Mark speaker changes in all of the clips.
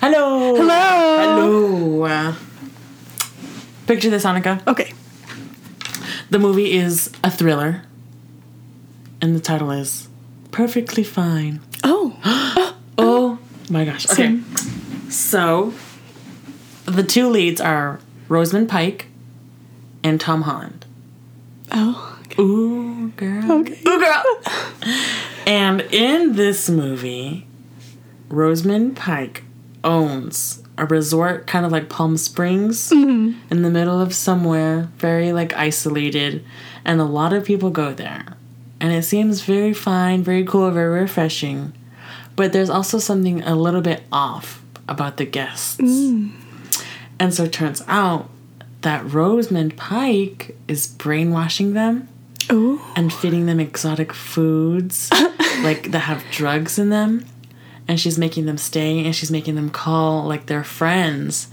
Speaker 1: Hello.
Speaker 2: Hello.
Speaker 1: Hello. Uh, picture this, Annika.
Speaker 2: Okay.
Speaker 1: The movie is a thriller, and the title is Perfectly Fine.
Speaker 2: Oh.
Speaker 1: Oh my gosh. Okay. So, the two leads are Rosamund Pike and Tom Holland.
Speaker 2: Oh.
Speaker 1: Ooh, girl.
Speaker 2: Okay.
Speaker 1: Ooh, girl. and in this movie, Rosamund Pike owns a resort kind of like Palm Springs in the middle of somewhere, very like isolated, and a lot of people go there. And it seems very fine, very cool, very refreshing. But there's also something a little bit off about the guests. And so it turns out that Rosamund Pike is brainwashing them
Speaker 2: Oh.
Speaker 1: and feeding them exotic foods like that have drugs in them and she's making them stay and she's making them call like their friends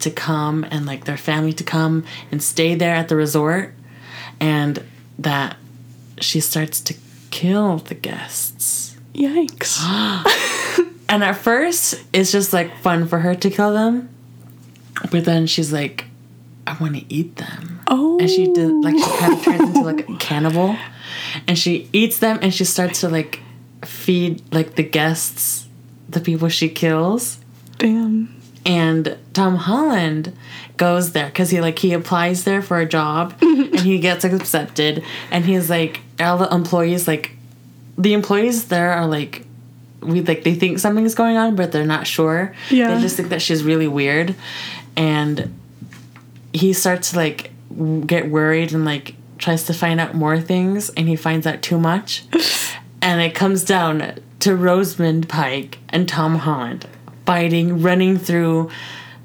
Speaker 1: to come and like their family to come and stay there at the resort and that she starts to kill the guests
Speaker 2: Yikes.
Speaker 1: and at first it's just like fun for her to kill them but then she's like i want to eat them
Speaker 2: Oh.
Speaker 1: and she did like she kind of turns into like a cannibal and she eats them and she starts to like feed like the guests the people she kills
Speaker 2: Damn.
Speaker 1: and tom holland goes there because he like he applies there for a job and he gets accepted and he's like all the employees like the employees there are like we like they think something's going on but they're not sure
Speaker 2: Yeah.
Speaker 1: they just think that she's really weird and he starts to like w- get worried and like tries to find out more things and he finds out too much and it comes down to Rosamund Pike and Tom Holland fighting running through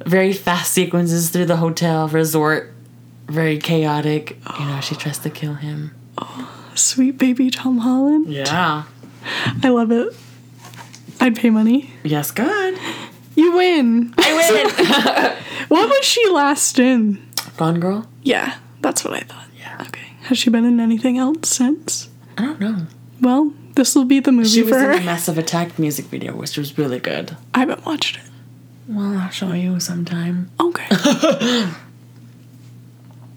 Speaker 1: very fast sequences through the hotel resort very chaotic you know she tries to kill him
Speaker 2: Sweet baby Tom Holland.
Speaker 1: yeah
Speaker 2: I love it. I'd pay money.
Speaker 1: yes god
Speaker 2: You win.
Speaker 1: i win
Speaker 2: What was she last in?
Speaker 1: gone girl
Speaker 2: Yeah, that's what I thought.
Speaker 1: Yeah.
Speaker 2: Okay. Has she been in anything else since?
Speaker 1: i don't know
Speaker 2: Well, this will be the movie
Speaker 1: she
Speaker 2: for
Speaker 1: was in the
Speaker 2: her.
Speaker 1: massive attack music video which was really good
Speaker 2: I haven't watched it.
Speaker 1: well i'll show you sometime
Speaker 2: Okay.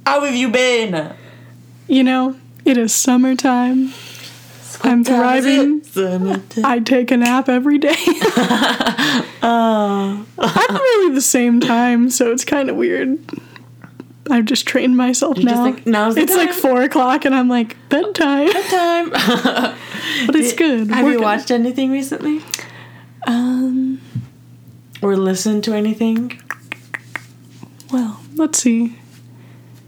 Speaker 1: how have you been
Speaker 2: you know, it is summertime. I'm thriving. I take a nap every day. Uh, I'm really the same time, so it's kind of weird. I've just trained myself
Speaker 1: You're just
Speaker 2: now.
Speaker 1: like, now's the
Speaker 2: it's like
Speaker 1: time.
Speaker 2: four o'clock, and I'm like bedtime,
Speaker 1: time.
Speaker 2: but it's good.
Speaker 1: Have
Speaker 2: We're
Speaker 1: you
Speaker 2: good.
Speaker 1: watched anything recently?
Speaker 2: Um.
Speaker 1: Or listened to anything?
Speaker 2: Well, let's see.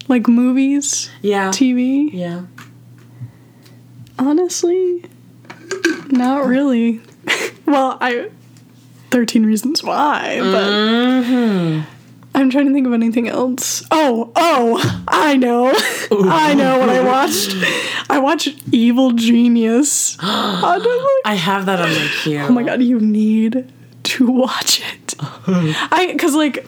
Speaker 2: Like movies,
Speaker 1: Yeah.
Speaker 2: TV.
Speaker 1: yeah.
Speaker 2: Honestly, not really. well, I. 13 Reasons Why, but.
Speaker 1: Mm-hmm.
Speaker 2: I'm trying to think of anything else. Oh, oh, I know. I know what I watched. I watched Evil Genius. On Netflix.
Speaker 1: I have that on my queue.
Speaker 2: oh my god, you need to watch it. I, cause like,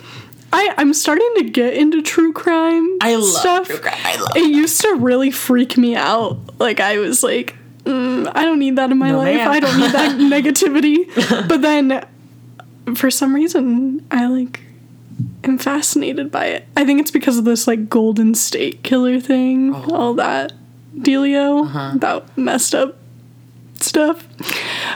Speaker 2: I, I'm starting to get into true crime
Speaker 1: I love
Speaker 2: stuff
Speaker 1: true crime. I love
Speaker 2: it used to really freak me out. Like I was like, mm, I don't need that in my
Speaker 1: No,
Speaker 2: life.
Speaker 1: ma'am.
Speaker 2: I don't need that negativity. But then, for some reason, I like am fascinated by it. I think it's because of this like Golden State Killer thing,
Speaker 1: Oh.
Speaker 2: all that dealio,
Speaker 1: Uh-huh.
Speaker 2: that messed up stuff.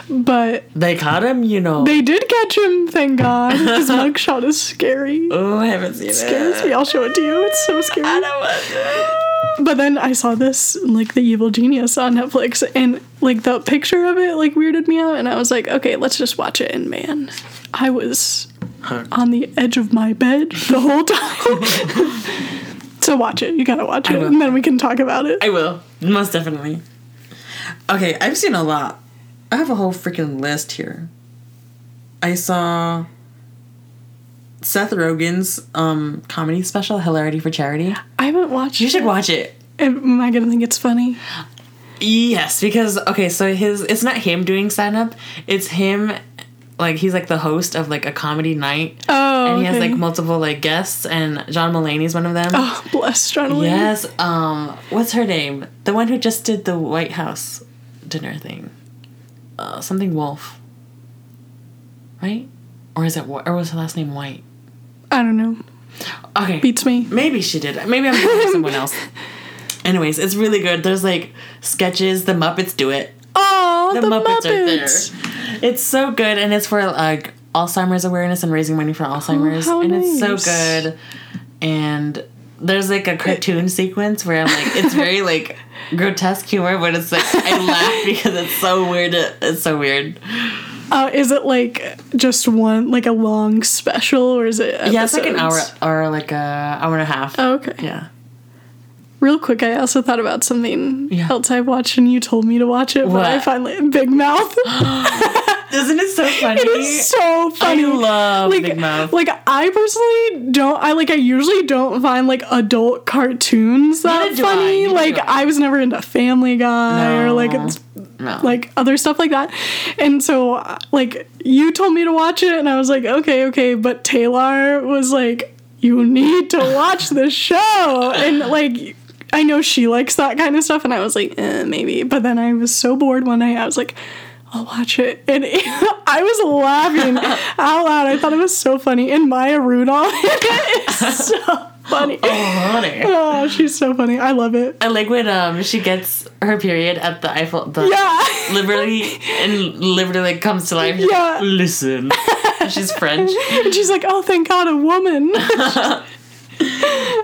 Speaker 2: But
Speaker 1: They caught him, you know.
Speaker 2: they did catch him, thank God. His mugshot is scary.
Speaker 1: oh, I haven't seen it.
Speaker 2: Scares me. I'll show it to you. It's so scary.
Speaker 1: I don't want to.
Speaker 2: But then I saw this like the evil genius on Netflix and like the picture of it like weirded me out and I was like, okay, let's just watch it and man, I was on the edge of my bed the whole time. so watch it. You gotta watch it.
Speaker 1: will.
Speaker 2: And then we can talk about it.
Speaker 1: I will. Most definitely. Okay, I've seen a lot. I have a whole freaking list here. I saw Seth Rogen's um, comedy special, Hilarity for Charity.
Speaker 2: I haven't watched
Speaker 1: You should watch it.
Speaker 2: Am I gonna think it's funny?
Speaker 1: Yes, because okay, so his it's not him doing stand up, it's him like he's like the host of like a comedy night.
Speaker 2: Oh
Speaker 1: and he has
Speaker 2: okay.
Speaker 1: like multiple like guests and John Mulaney's one of them.
Speaker 2: Oh bless John Wayne.
Speaker 1: Yes, um what's her name? The one who just did the White House dinner thing. Uh, something Wolf. Right? or is it Wh- or was her last name White?
Speaker 2: I don't know.
Speaker 1: Okay,
Speaker 2: Beats me.
Speaker 1: Maybe she did. Maybe I'm thinking of someone else. Anyways, it's really good. There's like sketches. The Muppets do it.
Speaker 2: Oh, the,
Speaker 1: The, Muppets,
Speaker 2: Muppets.
Speaker 1: are there. It's so good, and it's for like Alzheimer's awareness and raising money for Alzheimer's,
Speaker 2: Oh, how
Speaker 1: and it's
Speaker 2: nice.
Speaker 1: so good. And there's like a cartoon sequence where I'm like, it's very like grotesque humor, but it's like I laugh because it's so weird. It's so weird.
Speaker 2: Oh, is it like just one, like a long special, or is it? Episodes?
Speaker 1: Yeah, it's like an hour or like a hour and a half.
Speaker 2: Oh, okay.
Speaker 1: Yeah.
Speaker 2: Real quick, I also thought about something
Speaker 1: Yeah.
Speaker 2: else I watched, and you told me to watch it, but I
Speaker 1: What?
Speaker 2: finally Big Mouth.
Speaker 1: Isn't it so funny?
Speaker 2: it is so funny.
Speaker 1: love
Speaker 2: like,
Speaker 1: Big Mouth.
Speaker 2: Like I personally don't. I like. I usually don't find like adult cartoons that
Speaker 1: Neither do I,
Speaker 2: funny.
Speaker 1: neither do
Speaker 2: like
Speaker 1: I.
Speaker 2: I was never into Family Guy or like
Speaker 1: No.
Speaker 2: it's-
Speaker 1: no.
Speaker 2: like other stuff like that. And so uh, like you told me to watch it, and I was like, okay, okay. But Taylor was like, you need to watch this show, and like. I know she likes that kind of stuff, and I was like, eh, maybe. But then I was so bored one night, I was like, I'll watch it. And I was laughing out loud. I thought it was so funny. And Maya Rudolph is so funny.
Speaker 1: oh, honey.
Speaker 2: Oh, she's so funny. I love it.
Speaker 1: I like when um she gets her period at the Eiffel the
Speaker 2: Yeah.
Speaker 1: Liberty and Liberty like comes to life. She's
Speaker 2: Yeah.
Speaker 1: like, Listen. She's French.
Speaker 2: And she's like, oh, thank God, a woman.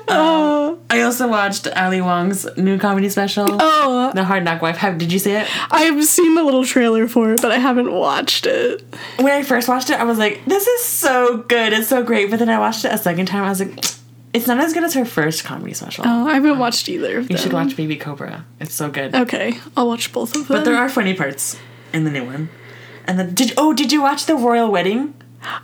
Speaker 2: Uh,
Speaker 1: I also watched Ali Wong's new comedy special.
Speaker 2: oh,
Speaker 1: The Hard Knock Wife. Have, did you see it?
Speaker 2: I've seen the little trailer for it, but I haven't watched it.
Speaker 1: When I first watched it, I was like, "This is so good! It's so great!" But then I watched it a second time. I was like, "It's not as good as her first comedy special."
Speaker 2: Oh, I haven't watched either of them.
Speaker 1: you should watch Baby Cobra. It's so good.
Speaker 2: Okay, I'll watch both of them.
Speaker 1: But there are funny parts in the new one. And then did oh did you watch the royal wedding?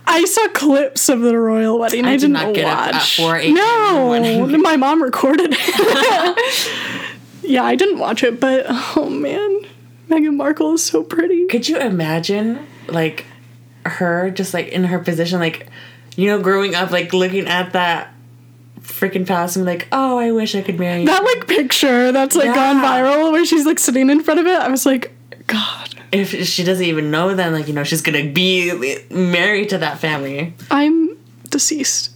Speaker 2: I saw clips of the royal wedding. I,
Speaker 1: did
Speaker 2: didn't
Speaker 1: not get up
Speaker 2: watch.
Speaker 1: at 4 a.m. in the
Speaker 2: no,
Speaker 1: morning.
Speaker 2: my mom recorded it. yeah, I didn't watch it, but oh man, Meghan Markle is so pretty.
Speaker 1: Could you imagine like her just like in her position, like you know, growing up, like looking at that freaking palace and be like, oh, I wish I could marry. you.
Speaker 2: That like picture that's like gone
Speaker 1: Yeah.
Speaker 2: viral where she's like sitting in front of it. I was like, God,
Speaker 1: If she doesn't even know, then like you know, she's gonna be married to that family.
Speaker 2: I'm deceased.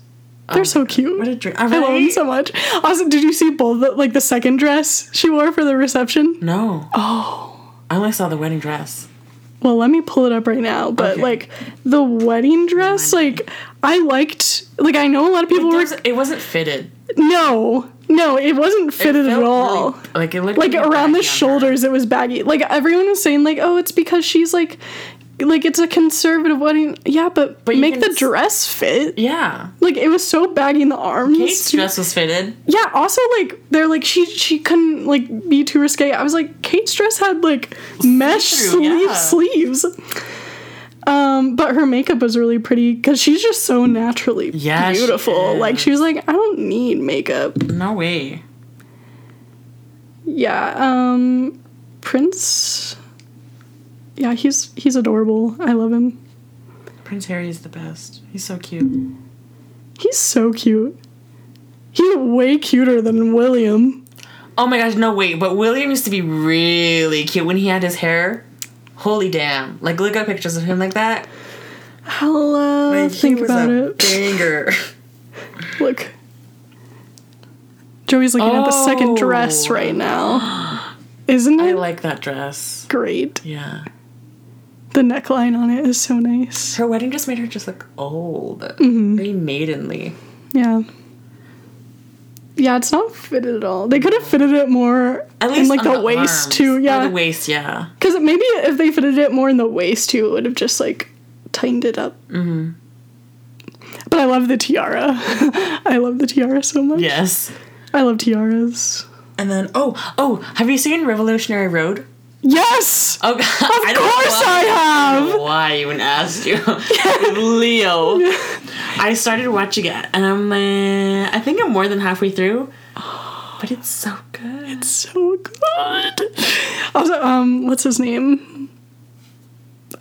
Speaker 2: They're so cute.
Speaker 1: Oh, What a dream!
Speaker 2: I love them
Speaker 1: Alright.
Speaker 2: so much. Also, did you see both the, like the second dress she wore for the reception?
Speaker 1: No,
Speaker 2: Oh.
Speaker 1: I only saw the wedding dress.
Speaker 2: Well, let me pull it up right now. But
Speaker 1: Okay.
Speaker 2: like the wedding dress, like I liked. Like I know a lot of people
Speaker 1: It,
Speaker 2: were.
Speaker 1: was, it wasn't fitted.
Speaker 2: No, no, it wasn't fitted at
Speaker 1: Felt
Speaker 2: all.
Speaker 1: really- like it looked
Speaker 2: like
Speaker 1: really
Speaker 2: around
Speaker 1: baggy
Speaker 2: the
Speaker 1: on her.
Speaker 2: shoulders, it was baggy. Like everyone was saying, like, oh, it's because she's like, like it's a conservative wedding. Yeah, but,
Speaker 1: But you
Speaker 2: make
Speaker 1: can
Speaker 2: the
Speaker 1: s-
Speaker 2: dress fit.
Speaker 1: Yeah,
Speaker 2: Like it was so baggy in the arms.
Speaker 1: Kate's
Speaker 2: too.
Speaker 1: dress was fitted.
Speaker 2: Yeah. Also, like they're like she she couldn't like be too risque. I was like Kate's dress had like mesh
Speaker 1: See-through,
Speaker 2: sleeve
Speaker 1: yeah.
Speaker 2: sleeves. Um, but her makeup was really pretty because she's just so naturally
Speaker 1: Yeah, she
Speaker 2: beautiful. like
Speaker 1: is.
Speaker 2: she was like, I don't need makeup.
Speaker 1: No way.
Speaker 2: Yeah. Um, Prince. Yeah, he's he's adorable. I love him.
Speaker 1: Prince Harry is the best. He's so cute.
Speaker 2: He's so cute. He's way cuter than William.
Speaker 1: Oh my gosh, no wait, but William used to be really cute when he had his hair. Holy damn. Like look up pictures of him like that.
Speaker 2: Hello.
Speaker 1: Like, he
Speaker 2: think
Speaker 1: was
Speaker 2: about
Speaker 1: a
Speaker 2: it.
Speaker 1: Banger.
Speaker 2: Look. Joey's looking at the second
Speaker 1: Oh.
Speaker 2: dress right now. Isn't
Speaker 1: I
Speaker 2: it
Speaker 1: like that dress.
Speaker 2: great?
Speaker 1: Yeah.
Speaker 2: The neckline on it is so nice.
Speaker 1: Her wedding just made her just look old.
Speaker 2: Mm-hmm.
Speaker 1: Very maidenly.
Speaker 2: Yeah. Yeah, it's not fitted at all. They could have fitted it more
Speaker 1: At least
Speaker 2: in like
Speaker 1: on
Speaker 2: the, waist
Speaker 1: arms.
Speaker 2: too.
Speaker 1: Or
Speaker 2: Yeah,
Speaker 1: the waist, yeah.
Speaker 2: because maybe if they fitted it more in the waist too, it would have just like tightened it up. Mm-hmm. But I love the tiara. I love the tiara so much.
Speaker 1: Yes.
Speaker 2: I love tiaras.
Speaker 1: And then oh, oh, have you seen Revolutionary Road?
Speaker 2: Yes,
Speaker 1: Oh, of I
Speaker 2: of
Speaker 1: why-
Speaker 2: course I have.
Speaker 1: why I even asked you. Leo. I started watching it and I'm uh, I think I'm more than halfway through. But it's so good.
Speaker 2: so good. Also, um, what's his name?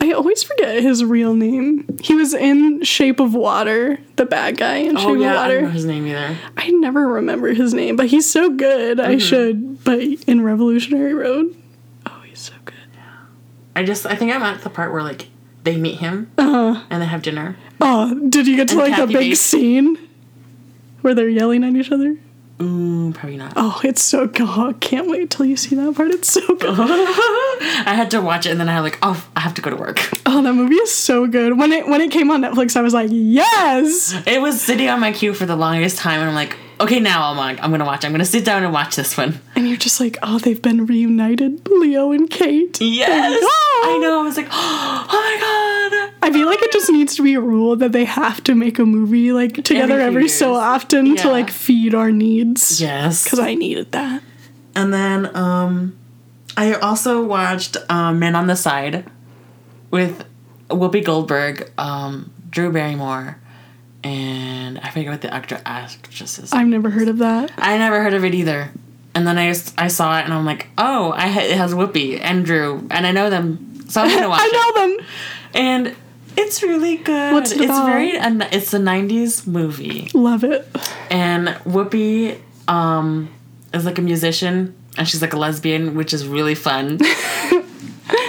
Speaker 2: I always forget his real name. He was in Shape of Water, the bad guy in Shape
Speaker 1: oh yeah,
Speaker 2: of
Speaker 1: I don't know
Speaker 2: Water.
Speaker 1: his name either.
Speaker 2: I never remember his name, but he's so good.
Speaker 1: Mm-hmm.
Speaker 2: I should. But in Revolutionary Road, oh, he's so good.
Speaker 1: I just I think I'm at the part where like they meet him and they have dinner.
Speaker 2: Oh, did you get to
Speaker 1: And
Speaker 2: like the
Speaker 1: Kathy
Speaker 2: big
Speaker 1: Bates.
Speaker 2: scene where they're yelling at each other?
Speaker 1: Ooh, Mm, probably not.
Speaker 2: Oh, it's so good. I can't wait till you see that part. It's so good.
Speaker 1: I had to watch it and then I like, oh, I have to go to work.
Speaker 2: Oh, that movie is so good. When it when it came on Netflix, I was like, yes.
Speaker 1: It was sitting on my queue for the longest time, and I'm like, okay, now I'm on. I'm gonna watch. I'm gonna sit down and watch this one.
Speaker 2: And you're just like, oh, they've been reunited, Leo and Kate.
Speaker 1: Yes,
Speaker 2: Oh!
Speaker 1: I know. I was like, oh my god.
Speaker 2: I feel like it just needs to be a rule that they have to make a movie like together
Speaker 1: few
Speaker 2: every, so
Speaker 1: years.
Speaker 2: often
Speaker 1: Yeah.
Speaker 2: to like feed our needs.
Speaker 1: Yes.
Speaker 2: Because I needed that.
Speaker 1: And then um, I also watched um, Men on the Side with Whoopi Goldberg, um, Drew Barrymore, and I forget what the actor actress is.
Speaker 2: I've never heard of that.
Speaker 1: I never heard of it either. And then I, s- I saw it and I'm like, oh, I ha- it has Whoopi and Drew, and I know them, so I'm gonna watch it.
Speaker 2: I know them.
Speaker 1: and it's really good.
Speaker 2: What's it
Speaker 1: it's
Speaker 2: about?
Speaker 1: very an- it's a '90s movie,
Speaker 2: Love it.
Speaker 1: and Whoopi um, is like a musician, and she's like a lesbian, which is really fun.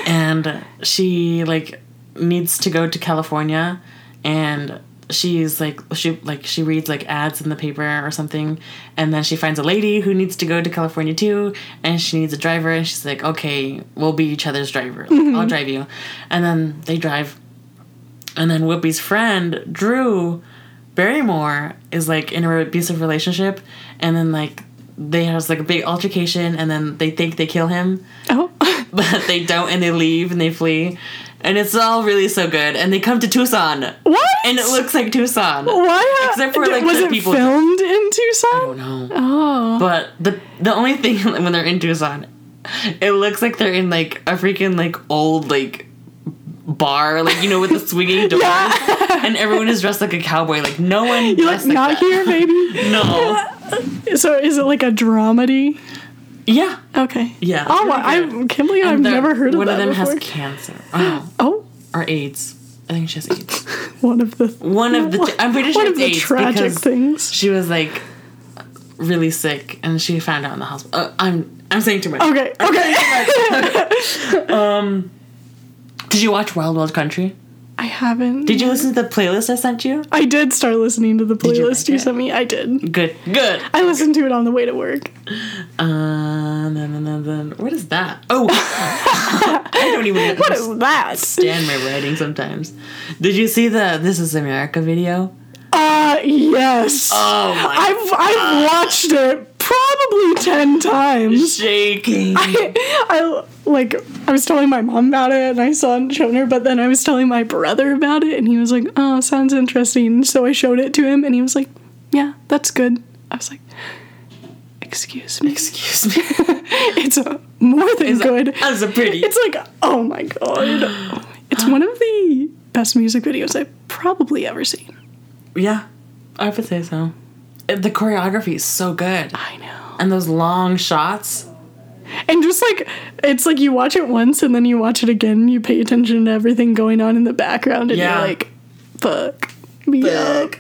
Speaker 1: and she like needs to go to California, and she's like she like she reads like ads in the paper or something, and then she finds a lady who needs to go to California too, and she needs a driver, and she's like, okay, we'll be each other's driver. Like, I'll drive you, and then they drive. And then Whoopi's friend, Drew Barrymore, is like in a abusive relationship and then like they has like a big altercation and then they think they kill him,
Speaker 2: Oh.
Speaker 1: but they don't and they leave and they flee. And it's all really so good. And they come to Tucson.
Speaker 2: what?
Speaker 1: And it looks like Tucson.
Speaker 2: Why?
Speaker 1: Except for, like,
Speaker 2: was
Speaker 1: the
Speaker 2: it
Speaker 1: people-
Speaker 2: filmed in Tucson?
Speaker 1: I don't know.
Speaker 2: Oh.
Speaker 1: But the the only thing when they're in Tucson, it looks like they're in like a freaking like old like bar, like you know with the swinging doors, and everyone is dressed like a cowboy. Like no one
Speaker 2: You're like,
Speaker 1: dressed
Speaker 2: not
Speaker 1: like that.
Speaker 2: here, baby.
Speaker 1: No.
Speaker 2: so is it like a dramedy?
Speaker 1: Yeah.
Speaker 2: Okay.
Speaker 1: Yeah,
Speaker 2: Oh,
Speaker 1: it's
Speaker 2: wow, I
Speaker 1: really good.
Speaker 2: can't believe I've
Speaker 1: The-
Speaker 2: never heard of
Speaker 1: one
Speaker 2: that
Speaker 1: of them
Speaker 2: before.
Speaker 1: has cancer. Oh,
Speaker 2: oh,
Speaker 1: or AIDS. I think she has AIDS.
Speaker 2: one of the
Speaker 1: One of the th- I'm pretty sure
Speaker 2: one
Speaker 1: it's
Speaker 2: of the
Speaker 1: AIDS
Speaker 2: tragic
Speaker 1: because
Speaker 2: things.
Speaker 1: she was like really sick and she found out in the hospital. Uh, I'm I'm saying too much. Um,
Speaker 2: Okay. Okay. Oh.
Speaker 1: Did you watch Wild Wild Country?
Speaker 2: I haven't.
Speaker 1: Did you listen to the playlist I sent you?
Speaker 2: I did start listening to the
Speaker 1: you
Speaker 2: playlist
Speaker 1: like
Speaker 2: you,
Speaker 1: it?
Speaker 2: sent me. I did.
Speaker 1: Good. Good.
Speaker 2: I listened to it on the way to work.
Speaker 1: Uh, then, then, then, then. What is that? Oh, I don't even
Speaker 2: What is that?
Speaker 1: understand my writing sometimes. Did you see the "This Is America" video?
Speaker 2: Uh, yes.
Speaker 1: Oh my!
Speaker 2: I've I've watched it probably ten times.
Speaker 1: shaking.
Speaker 2: I like I was telling my mom about it and I saw it shown her, but then I was telling my brother about it and he was like, "Oh, sounds interesting." So I showed it to him and he was like, "Yeah, that's good." I was like, "Excuse me,
Speaker 1: Excuse me.
Speaker 2: it's uh more than good."
Speaker 1: That's a pretty.
Speaker 2: it's like, oh my god, it's one of the best music videos I've probably ever seen.
Speaker 1: yeah, I would say so. Uh, The choreography is so good,
Speaker 2: I know,
Speaker 1: and those long shots.
Speaker 2: and just like it's like you watch it once and then you watch it again, and you pay attention to everything going on in the background, and
Speaker 1: Yeah.
Speaker 2: you're like, "Fuck." Me up.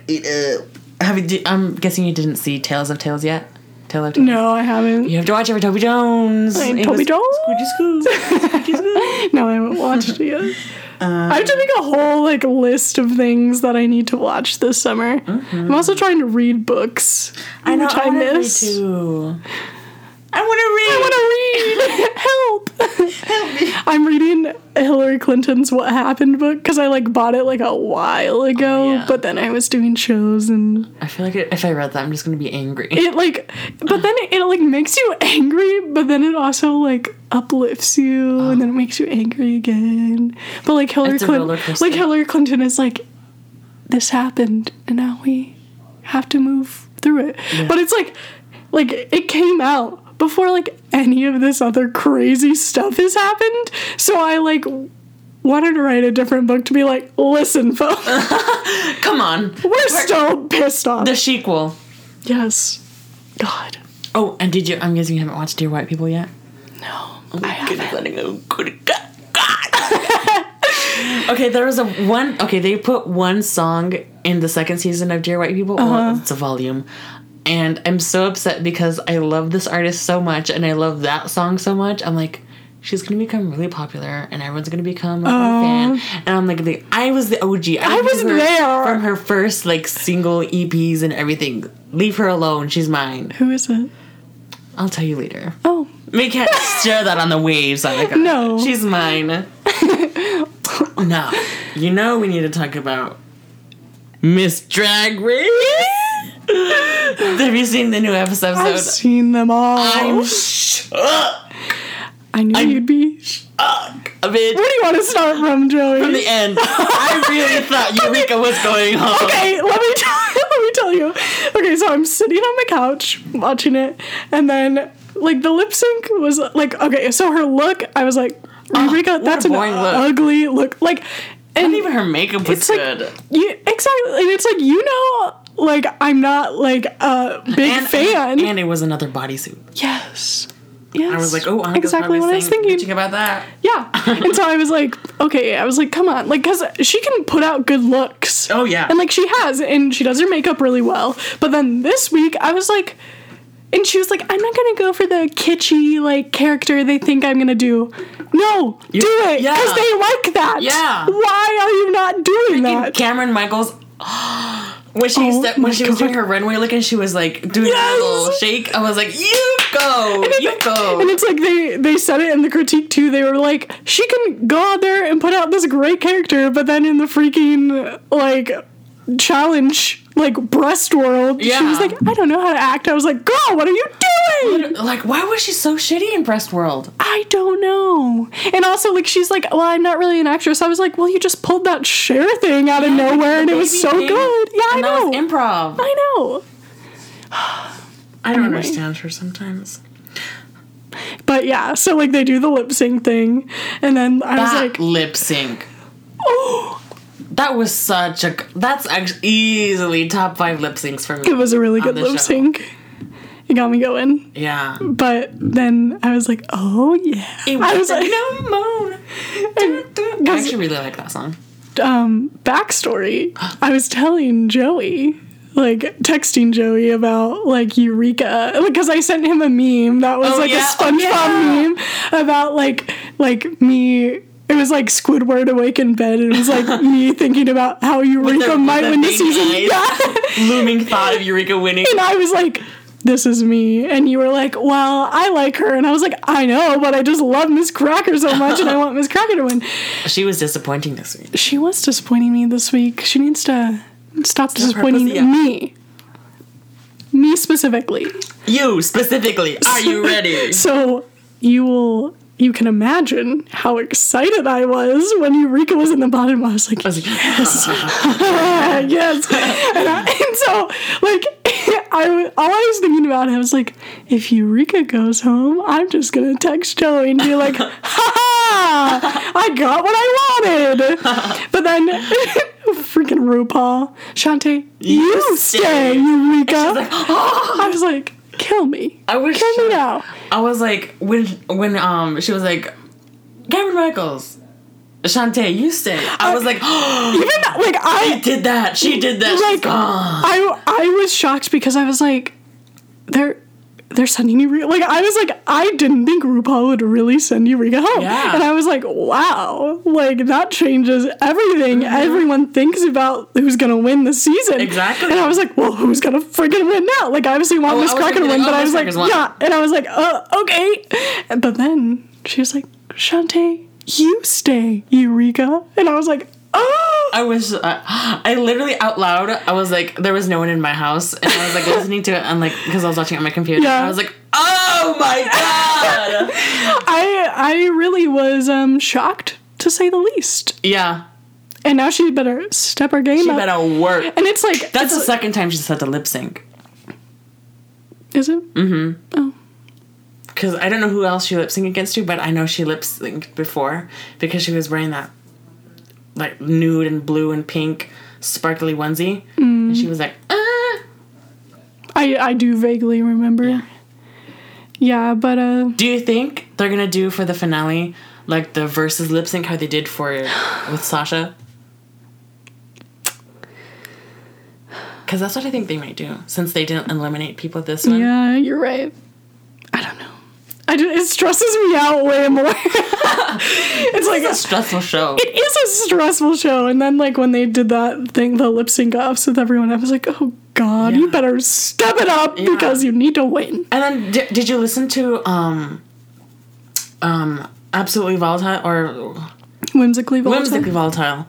Speaker 1: Have you, do- I'm guessing you didn't see Tales of Tales yet. Tale of Tales.
Speaker 2: No, I haven't.
Speaker 1: You have to watch it for Toby Jones.
Speaker 2: Hey,
Speaker 1: It
Speaker 2: Toby
Speaker 1: was-
Speaker 2: Jones?
Speaker 1: Scoochie Scoo. Scoochie Um, Scoo.
Speaker 2: No, I haven't watched it yet. I have to make a whole like list of things that I need to watch this summer. I'm also trying to read books.
Speaker 1: Mm-hmm. I know.
Speaker 2: which
Speaker 1: I,
Speaker 2: I,
Speaker 1: wanna read
Speaker 2: miss.
Speaker 1: too. I want
Speaker 2: I want to read. Help! I'm reading Hillary Clinton's "What Happened" book because I like bought it like a while ago,
Speaker 1: yeah.
Speaker 2: but then I was doing shows and
Speaker 1: to read. I feel like if I read that, I'm just gonna be angry.
Speaker 2: it like, but then it, it like makes you angry, but then it also like uplifts you, and then it makes you angry again. But like Hillary
Speaker 1: It's a roller
Speaker 2: Clinton,
Speaker 1: coaster.
Speaker 2: like Hillary Clinton is like, this happened, and now we have to move through it. But it's like, like it came out before like any of this other crazy stuff has happened. So I like wanted to write a different book to be like, listen, folks,
Speaker 1: Come on.
Speaker 2: we're still pissed off.
Speaker 1: The sequel.
Speaker 2: yes, God.
Speaker 1: Oh, and did you? I'm guessing you haven't watched Dear White People yet.
Speaker 2: No,
Speaker 1: Oh
Speaker 2: I haven't.
Speaker 1: Good letting go. Good God. okay, there was a one. Okay, they put one song in the second season of Dear White People. Well, it's a volume, and I'm so upset because I love this artist so much and I love that song so much. I'm like, she's gonna become really popular and everyone's gonna become like, a fan. And I'm like, the, I was the OG. I,
Speaker 2: was
Speaker 1: knew her
Speaker 2: there.
Speaker 1: from her first like single EPs and everything. Leave her alone. She's mine.
Speaker 2: Who is it?
Speaker 1: I'll tell you later.
Speaker 2: Oh,
Speaker 1: We can't stir that on the waves. Annika.
Speaker 2: No.
Speaker 1: she's mine. no, you know we need to talk about Miss Drag Race. Have you seen the new episode?
Speaker 2: I've seen them all.
Speaker 1: I'm shook.
Speaker 2: I knew you'd be.
Speaker 1: a bit
Speaker 2: Where do you want to start from, Joey?
Speaker 1: from the end. I really thought Eureka was going home.
Speaker 2: okay, let me tell, let me tell you. Okay, so I'm sitting on my couch watching it, and then like the lip sync was like okay. So her look, I was like, Eureka,
Speaker 1: Oh, a
Speaker 2: that's an
Speaker 1: boring look."
Speaker 2: ugly look. Like, and
Speaker 1: Even her makeup was
Speaker 2: It's like-
Speaker 1: good.
Speaker 2: you, exactly, and it's like you know, like I'm not like a big fan.
Speaker 1: And it was another bodysuit.
Speaker 2: yes. Yes.
Speaker 1: I was like, oh, Anika's probably
Speaker 2: exactly what I was
Speaker 1: saying-
Speaker 2: thinking.
Speaker 1: bitching about that.
Speaker 2: Yeah. and so I was like, okay, I was like, come on. Like, because she can put out good looks.
Speaker 1: Oh, yeah.
Speaker 2: And like, she has, and she does her makeup really well. But then this week, I was like, and she was like, I'm not gonna go for the kitschy, like, character they think I'm gonna do. No, do it. Because
Speaker 1: yeah.
Speaker 2: they like that.
Speaker 1: Yeah.
Speaker 2: Why are you not doing
Speaker 1: And
Speaker 2: that?
Speaker 1: Cameron Michaels. When she
Speaker 2: Oh
Speaker 1: stepped, when
Speaker 2: my
Speaker 1: she was doing
Speaker 2: God.
Speaker 1: her runway look and she was like doing
Speaker 2: Yes!
Speaker 1: a little shake, I was like, "You go, you
Speaker 2: And
Speaker 1: go."
Speaker 2: it's like they they said it in the critique too. They were like, she can go out there and put out this great character, but then in the freaking like challenge like breast world, she
Speaker 1: Yeah.
Speaker 2: was like, I don't know how to act. I was like, girl, what are you doing?
Speaker 1: Like, why was she so shitty in Breast World?
Speaker 2: I don't know. And also like she's like, well, I'm not really an actress. I was like, well, you just pulled that share thing out of nowhere, and it was
Speaker 1: Baby
Speaker 2: so
Speaker 1: thing.
Speaker 2: good. Yeah, I
Speaker 1: And that
Speaker 2: know.
Speaker 1: was improv.
Speaker 2: I know.
Speaker 1: I don't
Speaker 2: Anyway.
Speaker 1: understand her sometimes.
Speaker 2: But yeah, so like they do the lip sync thing, and then I was
Speaker 1: That
Speaker 2: like,
Speaker 1: lip sync.
Speaker 2: oh,
Speaker 1: That was such a. That's actually easily top five lip syncs for me.
Speaker 2: It was a really good
Speaker 1: the
Speaker 2: lip
Speaker 1: show.
Speaker 2: sync. It got me going.
Speaker 1: Yeah.
Speaker 2: But then I was like, oh yeah.
Speaker 1: It
Speaker 2: I
Speaker 1: was
Speaker 2: was like,
Speaker 1: no moan.
Speaker 2: and,
Speaker 1: I
Speaker 2: 'cause,
Speaker 1: actually really like that song.
Speaker 2: um, backstory. I was telling Joey, like texting Joey about like Eureka, because I sent him a meme that was
Speaker 1: Oh,
Speaker 2: like
Speaker 1: yeah.
Speaker 2: a
Speaker 1: Oh,
Speaker 2: SpongeBob meme about like like me. It was like Squidward awake in bed, and it was like me thinking about how Eureka
Speaker 1: with
Speaker 2: might
Speaker 1: the
Speaker 2: win the
Speaker 1: big
Speaker 2: season.
Speaker 1: eyes.
Speaker 2: Yeah.
Speaker 1: Looming thought of Eureka winning.
Speaker 2: and I was like, this is me. And you were like, well, I like her. And I was like, I know, but I just love Miss Cracker so much and I want Miss Cracker to win.
Speaker 1: She was disappointing this week.
Speaker 2: She was disappointing me this week. She needs to stop disappointing
Speaker 1: pussy up.
Speaker 2: me. Me specifically.
Speaker 1: You specifically, are you ready?
Speaker 2: So you will. You can imagine how excited I was when Eureka was in the bottom. I was like,
Speaker 1: I was like, yes.
Speaker 2: "Ah, yes. and, I- and so, like, I w- all I was thinking about, I was like, if Eureka goes home, I'm just gonna text Joey and be like, ha ha, I got what I wanted. But then, freaking RuPaul, Shantae, you, stay,
Speaker 1: stay.
Speaker 2: Eureka.
Speaker 1: like, "Oh."
Speaker 2: I was like, kill me,
Speaker 1: I wish
Speaker 2: kill me
Speaker 1: she-
Speaker 2: now.
Speaker 1: I was like, when when um she was like, Cameron Michaels, Shantae, you stay. I was like, oh,
Speaker 2: Even like I
Speaker 1: I did that. She did that. She's
Speaker 2: like
Speaker 1: gone.
Speaker 2: I I was shocked because I was like, they're they're sending Eureka. Like I was like, I didn't think RuPaul would really send Eureka home,
Speaker 1: Yeah.
Speaker 2: and I was like, wow, like that changes everything.
Speaker 1: Mm-hmm.
Speaker 2: Everyone thinks about who's gonna win the season,
Speaker 1: Exactly.
Speaker 2: And I was like, well, who's gonna freaking win now? Like I obviously want
Speaker 1: Oh,
Speaker 2: Miss
Speaker 1: I was
Speaker 2: Cracker to
Speaker 1: thinking,
Speaker 2: win,
Speaker 1: oh,
Speaker 2: but I
Speaker 1: Miss
Speaker 2: was like,
Speaker 1: Cracker's won.
Speaker 2: yeah, and I was like, uh, okay, And- but then she was like, Shantae, you stay, Eureka, and I was like, oh.
Speaker 1: I was, I, I literally out loud, I was like, there was no one in my house, and I was like listening to it on like because I was watching it on my computer.
Speaker 2: Yeah.
Speaker 1: And I was like, oh my god.
Speaker 2: I I really was um shocked to say the least.
Speaker 1: yeah,
Speaker 2: And now she better step her game
Speaker 1: she
Speaker 2: up.
Speaker 1: better work.
Speaker 2: And it's like
Speaker 1: That's the
Speaker 2: it's,
Speaker 1: second time she's had to lip sync.
Speaker 2: is it?
Speaker 1: Mm. Because I don't know who else she lip synced against to, but I know she lip synced before because she was wearing that like nude and blue and pink sparkly onesie. And she was like, ah.
Speaker 2: I I do vaguely remember. Yeah, but uh
Speaker 1: Do you think they're going to do for the finale like the versus lip sync how they did for with Sasha? Because that's what I think they might do since they didn't eliminate people this one.
Speaker 2: yeah, you're right. I don't know. I I do, it stresses me out way more. it's like
Speaker 1: It's a stressful show.
Speaker 2: it is a stressful show. And then like when they did that thing, the lip sync offs with everyone, I was like, oh god, you
Speaker 1: Yeah.
Speaker 2: better step it up because you need to win.
Speaker 1: And then di- did you listen to um um absolutely volatile or
Speaker 2: Whimsically volatile.
Speaker 1: whimsically volatile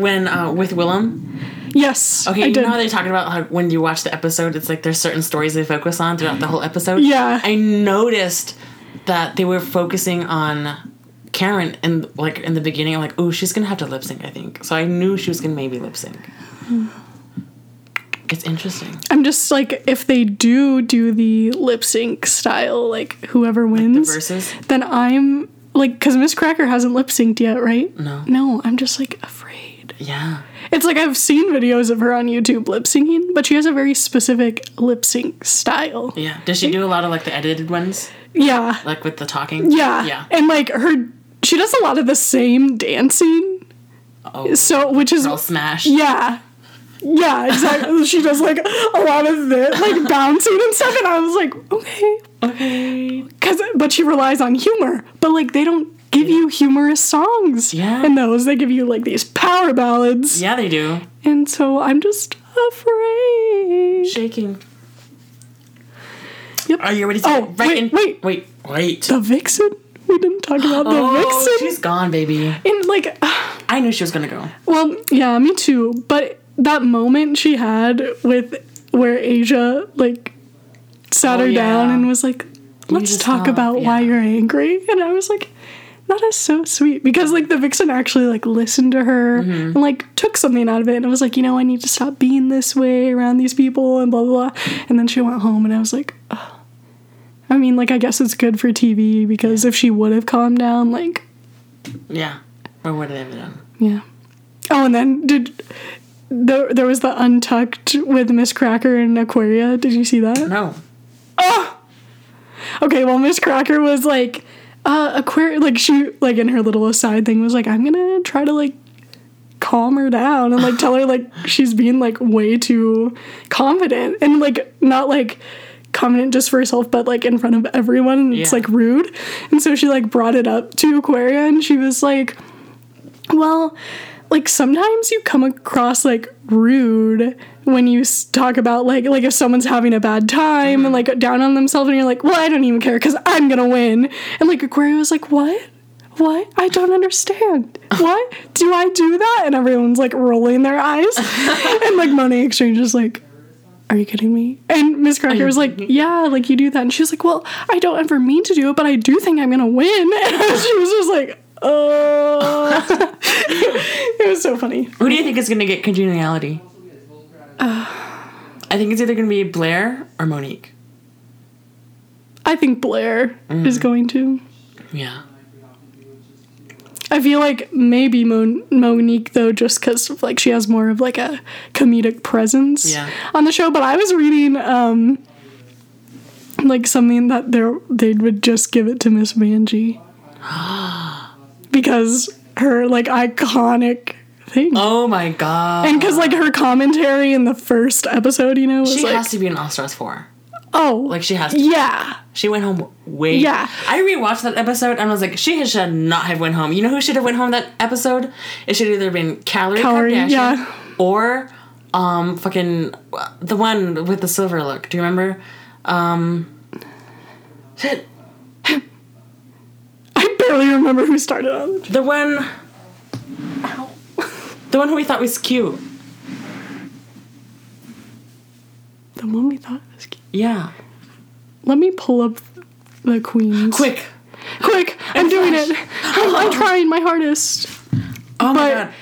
Speaker 1: when uh, with Willem?
Speaker 2: Yes,
Speaker 1: Okay,
Speaker 2: I
Speaker 1: you
Speaker 2: did.
Speaker 1: know how they talking about how when you watch the episode, it's like there's certain stories they focus on throughout the whole episode.
Speaker 2: Yeah.
Speaker 1: I noticed that they were focusing on Karen and like in the beginning, I'm like, oh, she's gonna have to lip sync, I think. So I knew she was gonna maybe lip sync.
Speaker 2: Hmm.
Speaker 1: It's interesting.
Speaker 2: I'm just like, if they do do the lip sync style, like whoever
Speaker 1: The
Speaker 2: wins,
Speaker 1: verses.
Speaker 2: then I'm like, because Miss Cracker hasn't lip synced yet, right?
Speaker 1: No.
Speaker 2: No, I'm just like afraid.
Speaker 1: Yeah.
Speaker 2: It's like I've seen videos of her on YouTube lip syncing, but she has a very specific lip sync style.
Speaker 1: Yeah. Does she do a lot of like the edited ones?
Speaker 2: Yeah.
Speaker 1: Like with the talking?
Speaker 2: Yeah.
Speaker 1: Yeah.
Speaker 2: And like her, she does a lot of the same dancing.
Speaker 1: Oh.
Speaker 2: So, which is,
Speaker 1: Girl smash.
Speaker 2: yeah. Yeah, exactly. she does like a lot of this, like bouncing and stuff. And I was like, okay.
Speaker 1: Okay.
Speaker 2: Cause, but she relies on humor. But like, they don't give you humorous songs.
Speaker 1: Yeah.
Speaker 2: And those, they give you like these power ballads.
Speaker 1: Yeah, they do.
Speaker 2: And so I'm just afraid.
Speaker 1: Shaking.
Speaker 2: Yep.
Speaker 1: Are you ready to
Speaker 2: Oh,
Speaker 1: get right
Speaker 2: wait,
Speaker 1: in?
Speaker 2: wait.
Speaker 1: wait, wait.
Speaker 2: The Vixen. We didn't talk about the
Speaker 1: Oh,
Speaker 2: Vixen.
Speaker 1: she's gone, baby.
Speaker 2: And like,
Speaker 1: I knew she was gonna go.
Speaker 2: well, yeah, me too. But that moment she had with where Asia like sat
Speaker 1: Oh,
Speaker 2: her down
Speaker 1: yeah.
Speaker 2: and was like, "Let's
Speaker 1: just
Speaker 2: talk
Speaker 1: stop,
Speaker 2: about why
Speaker 1: yeah.
Speaker 2: you're angry," and I was like. That is so sweet because like the vixen actually like listened to her
Speaker 1: Mm-hmm.
Speaker 2: and like took something out of it and I was like you know I need to stop being this way around these people and blah blah blah and then she went home and I was like oh. I mean like I guess it's good for TV because if she would have calmed down like
Speaker 1: Yeah. Or what did they have done?
Speaker 2: yeah. Oh, and then did there, there was the untucked with Miss Cracker and Aquaria. Did you see that?
Speaker 1: No.
Speaker 2: Okay, well Miss Cracker was like uh Aquaria like she like in her little aside thing was like I'm going to try to like calm her down and like tell her like she's being like way too confident and like not like confident just for herself but like in front of everyone and it's
Speaker 1: Yeah.
Speaker 2: like rude. And so she like brought it up to Aquaria and she was like well, like sometimes you come across like rude when you s- talk about like like if someone's having a bad time and like down on themselves and you're like, "Well, I don't even care cuz I'm going to win." And like Aquaria was like, "What? What? I don't understand. What? Do I do that?" And everyone's like rolling their eyes. and like Monet Exchange is like, are you kidding me? And Miss Cracker was like, Yeah, like you do that. And she was like, Well, I don't ever mean to do it, but I do think I'm gonna win. And she was just like, Oh, it was so funny.
Speaker 1: Who do you think is gonna get congeniality? I think it's either gonna be Blair or Monique.
Speaker 2: I think Blair
Speaker 1: Mm.
Speaker 2: is going to.
Speaker 1: Yeah.
Speaker 2: I feel like maybe Mon- Monique though, just because like she has more of like a comedic presence
Speaker 1: Yeah.
Speaker 2: on the show. But I was reading um like something that they they would just give it to Miss Vanjie because her like iconic thing.
Speaker 1: Oh my god.
Speaker 2: And because like her commentary in the first episode, you know, was
Speaker 1: she
Speaker 2: like,
Speaker 1: has to be in All Stars 4.
Speaker 2: oh,
Speaker 1: Like, she has to.
Speaker 2: yeah,
Speaker 1: She went home way.
Speaker 2: Yeah.
Speaker 1: I rewatched that episode and I was like, she should not have went home. You know who should have went home that episode? It should either been Calorie,
Speaker 2: Calorie,
Speaker 1: Kardashian
Speaker 2: yeah.
Speaker 1: or um fucking the one with the silver look. Do you remember? Um shit,
Speaker 2: I barely remember who started on it.
Speaker 1: the one the one who we thought was cute.
Speaker 2: The one we thought was cute.
Speaker 1: Yeah.
Speaker 2: Let me pull up the queens.
Speaker 1: Quick.
Speaker 2: Quick, I'm doing it. I'm, I'm trying my hardest.
Speaker 1: Oh my
Speaker 2: But-
Speaker 1: god.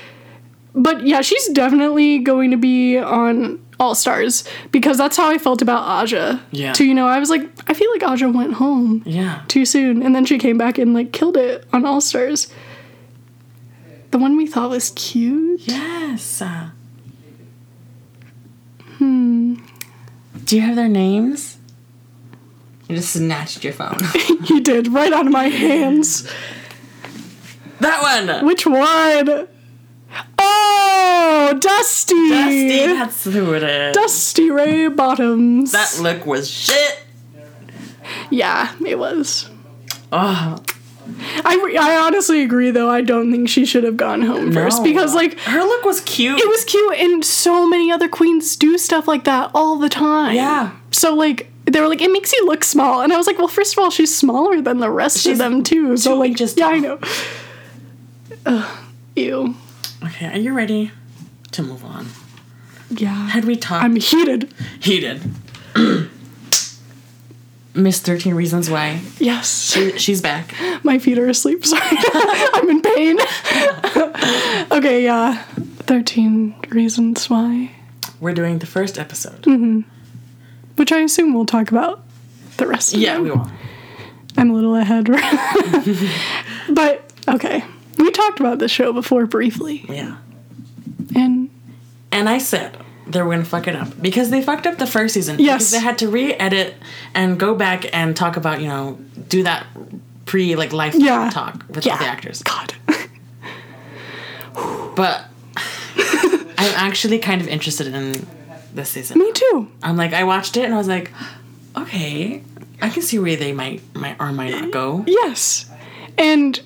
Speaker 2: But yeah, she's definitely going to be on All Stars because that's how I felt about Aja.
Speaker 1: Yeah.
Speaker 2: Too, you know, I was like, I feel like Aja went home
Speaker 1: Yeah.
Speaker 2: too soon, and then she came back and like killed it on All Stars. The one we thought was cute.
Speaker 1: Yes. Hmm.
Speaker 2: Hmm.
Speaker 1: Do you have their names? You just snatched your phone.
Speaker 2: he did right out of my hands.
Speaker 1: that one.
Speaker 2: Which one? Oh, Dusty.
Speaker 1: Dusty. That's who it is.
Speaker 2: Dusty Ray Bottoms.
Speaker 1: That look was shit.
Speaker 2: yeah, it was.
Speaker 1: Oh,
Speaker 2: I, re- I honestly agree though. I don't think she should have gone home first
Speaker 1: No.
Speaker 2: because like
Speaker 1: her look was cute.
Speaker 2: it was cute and so many other queens do stuff like that all the time.
Speaker 1: Yeah.
Speaker 2: So like they were like it makes you look small and I was like well first of all she's smaller than the rest of
Speaker 1: She's
Speaker 2: them too. So
Speaker 1: two
Speaker 2: like
Speaker 1: inches
Speaker 2: yeah,
Speaker 1: tall.
Speaker 2: I know. Ugh, ew.
Speaker 1: okay, are you ready to move on?
Speaker 2: Yeah.
Speaker 1: Had we talked?
Speaker 2: I'm heated.
Speaker 1: he did. Miss Thirteen Reasons Why.
Speaker 2: Yes.
Speaker 1: She's back.
Speaker 2: My feet are asleep. Sorry. I'm in pain. okay, yeah. 13 reasons why.
Speaker 1: We're doing the first episode.
Speaker 2: Mm-hmm. Which I assume we'll talk about the rest of
Speaker 1: Yeah,
Speaker 2: them.
Speaker 1: we will.
Speaker 2: I'm a little ahead. but okay. We talked about this show before briefly.
Speaker 1: Yeah.
Speaker 2: And
Speaker 1: And I said they were gonna fuck it up because they fucked up the first season.
Speaker 2: Yes.
Speaker 1: because they had to re-edit and go back and talk about you know do that pre like life
Speaker 2: Yeah.
Speaker 1: talk with
Speaker 2: yeah.
Speaker 1: the actors.
Speaker 2: God.
Speaker 1: But I'm actually kind of interested in this season.
Speaker 2: Me too.
Speaker 1: I'm like I watched it and I was like, okay, I can see where they might might or might not go.
Speaker 2: Yes. And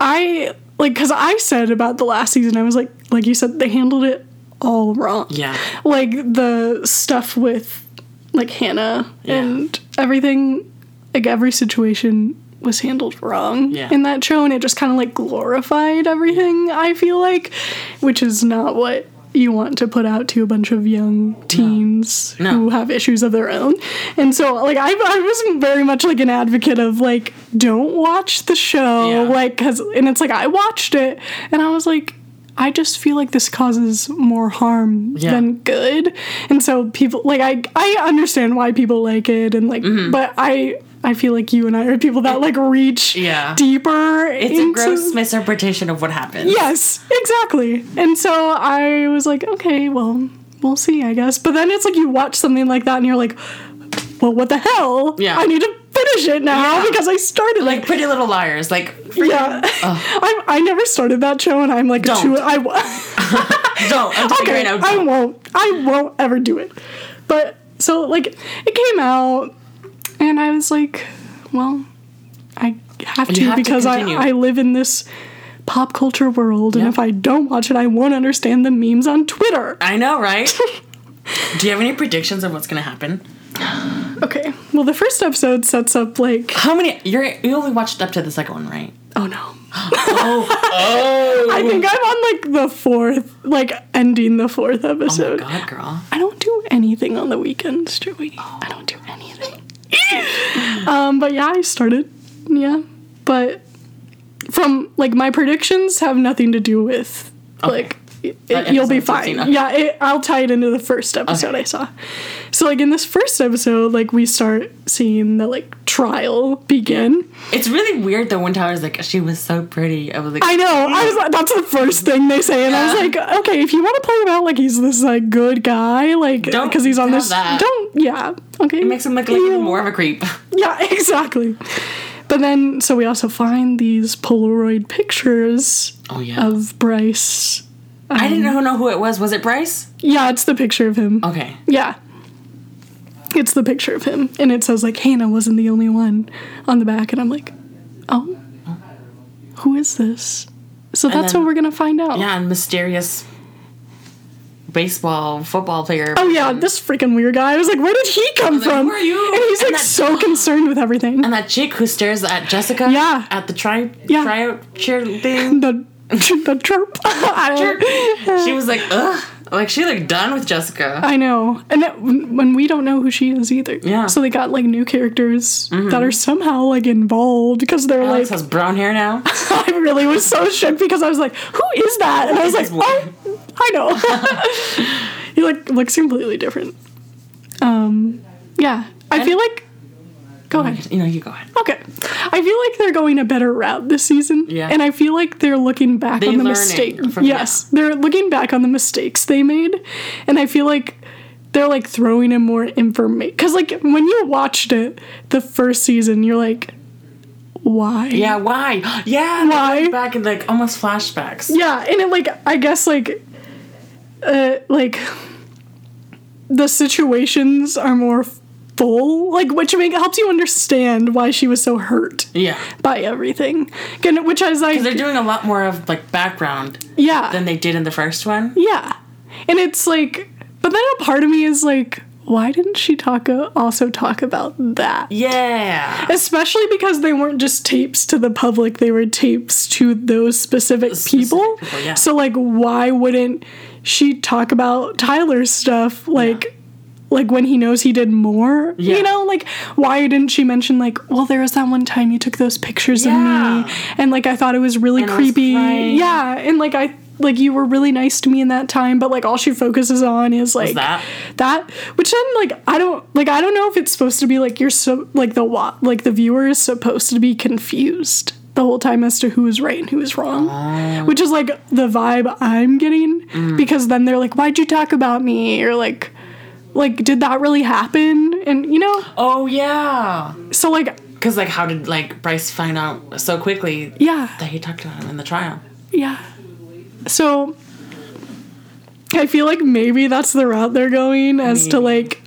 Speaker 2: I like cuz I said about the last season I was like like you said they handled it all wrong.
Speaker 1: Yeah,
Speaker 2: like the stuff with like Hannah
Speaker 1: Yeah.
Speaker 2: and everything like every situation was handled wrong
Speaker 1: Yeah.
Speaker 2: in that show and it just kind of like glorified everything I feel like which is not what you want to put out to a bunch of young teens
Speaker 1: No.
Speaker 2: who have issues of their own and so like I, I was very much like an advocate of like don't watch the show
Speaker 1: Yeah.
Speaker 2: like because and it's like I watched it and I was like I just feel like this causes more harm
Speaker 1: Yeah.
Speaker 2: than good and so people like I I understand why people like it and like
Speaker 1: Mm-hmm.
Speaker 2: but I I feel like you and I are people that like reach
Speaker 1: Yeah.
Speaker 2: deeper
Speaker 1: it's a gross misinterpretation of what happened.
Speaker 2: Yes, exactly. And so I was like, okay, well, we'll see, I guess. But then it's like you watch something like that and you're like, well, what the hell?
Speaker 1: Yeah.
Speaker 2: I need to finish it now
Speaker 1: Yeah.
Speaker 2: because I started
Speaker 1: like
Speaker 2: like.
Speaker 1: Pretty Little Liars. Like
Speaker 2: Yeah, I I never started that show, and I'm like,
Speaker 1: Don't.
Speaker 2: too, I wa-
Speaker 1: don't. I'm telling you
Speaker 2: okay,
Speaker 1: right now,
Speaker 2: I
Speaker 1: don't.
Speaker 2: won't, I won't ever do it. But so like, it came out, and I was like, well, I have to
Speaker 1: have to
Speaker 2: because I
Speaker 1: continue.
Speaker 2: I live in this pop culture world, and
Speaker 1: Yep.
Speaker 2: if I don't watch it, I won't understand the memes on Twitter.
Speaker 1: I know, right? Do you have any predictions of what's gonna happen?
Speaker 2: Okay, well, the first episode sets up like,
Speaker 1: How many? You're you only watched up to the second one, right?
Speaker 2: oh no,
Speaker 1: Oh, oh!
Speaker 2: I think I'm on like the fourth, like ending the fourth
Speaker 1: Oh my
Speaker 2: episode.
Speaker 1: god, girl!
Speaker 2: I don't do anything on the weekends, Joey. I don't do anything. um, but yeah, I started. Yeah, but from like my predictions have nothing to do with like it,
Speaker 1: That
Speaker 2: you'll be
Speaker 1: episode
Speaker 2: fine.
Speaker 1: 13, okay.
Speaker 2: Yeah, it, I'll tie it into the first episode
Speaker 1: Okay.
Speaker 2: I saw. So like in this first episode, like we start seeing the like trial begin.
Speaker 1: It's really weird though. When Tyler's like, she was so pretty. I was like,
Speaker 2: I know. I was like, that's the first thing they say, and I was like, okay, if you want to play him out like he's this like good guy, like
Speaker 1: Don't
Speaker 2: because he's on
Speaker 1: have
Speaker 2: this,
Speaker 1: that.
Speaker 2: don't yeah, okay,
Speaker 1: it makes him look like even more of a creep.
Speaker 2: yeah, exactly. But then, so we also find these Polaroid pictures
Speaker 1: Oh yeah.
Speaker 2: of Bryce.
Speaker 1: I didn't know, know who it was. Was it Bryce?
Speaker 2: Yeah, it's the picture of him.
Speaker 1: Okay.
Speaker 2: Yeah. It's the picture of him. And it says, like, Hannah wasn't the only one on the back. And I'm like, oh, who is this? So that's
Speaker 1: then-
Speaker 2: what we're going to find out.
Speaker 1: Yeah, and mysterious baseball football player.
Speaker 2: Oh, yeah, this freaking weird guy. I was like, where did he come
Speaker 1: like,
Speaker 2: from?
Speaker 1: "Who are you?"
Speaker 2: And he's
Speaker 1: And
Speaker 2: like
Speaker 1: that-
Speaker 2: so concerned with everything.
Speaker 1: And that chick who stares at Jessica.
Speaker 2: Yeah.
Speaker 1: At the try
Speaker 2: Yeah.
Speaker 1: tryout cheer thing.
Speaker 2: the, the chirp. I don't-
Speaker 1: she was like, ugh. Like she looked done with Jessica.
Speaker 2: I know, and that, when when we don't know who she is either.
Speaker 1: Yeah.
Speaker 2: So they got like new characters that are somehow like involved because they're
Speaker 1: Alex
Speaker 2: like.
Speaker 1: has brown hair now.
Speaker 2: I really was so shook because I was like, "Who is that?" And I was like,
Speaker 1: this
Speaker 2: "Oh, I know." he like looks completely different. Um, yeah, I feel like. Go ahead.
Speaker 1: you know, you go ahead.
Speaker 2: Okay, I feel like they're going a better route this season.
Speaker 1: Yeah.
Speaker 2: and I feel like they're looking back on the
Speaker 1: learning
Speaker 2: mistake.
Speaker 1: from-
Speaker 2: yes, they're looking back on the mistakes they made, and I feel like they're like throwing in more information. Because like when you watched it the first season, you're like, why?
Speaker 1: Yeah, why? Yeah, they
Speaker 2: Why?
Speaker 1: went Back in like almost flashbacks.
Speaker 2: yeah, and it like I guess like, uh, like the situations are more full, like which make, helps you understand why she was so hurt
Speaker 1: Yeah.
Speaker 2: by everything. Again, which I was like,
Speaker 1: They're doing a lot more of like background
Speaker 2: yeah,
Speaker 1: than they did in the first one.
Speaker 2: yeah, and it's like, but then a part of me is like, why didn't she talk a- also talk about that?
Speaker 1: Yeah.
Speaker 2: Especially because they weren't just tapes to the public; they were tapes to those specific people.
Speaker 1: people, yeah.
Speaker 2: So like, why wouldn't she talk about Tyler's stuff? Like. Like when he knows he did more,
Speaker 1: Yeah.
Speaker 2: you know, like why didn't she mention like, well, there was that one time you took those pictures
Speaker 1: Yeah.
Speaker 2: of me, and like I thought it was really
Speaker 1: And I was
Speaker 2: creepy,
Speaker 1: crying.
Speaker 2: yeah, and like I like you were really nice to me in that time, but like all she focuses on is like
Speaker 1: that?
Speaker 2: that which then like i don't like i don't know if it's supposed to be like you're so like the wa- like the viewer is supposed to be confused the whole time as to who is right and who is wrong which is like the vibe i'm getting because then they're like why'd you talk about me or like like did that really happen and you know
Speaker 1: Oh yeah.
Speaker 2: so like
Speaker 1: Because like, how did like Bryce find out so quickly
Speaker 2: yeah
Speaker 1: that he talked about him in the trial?
Speaker 2: yeah so i feel like maybe that's the route they're going as to like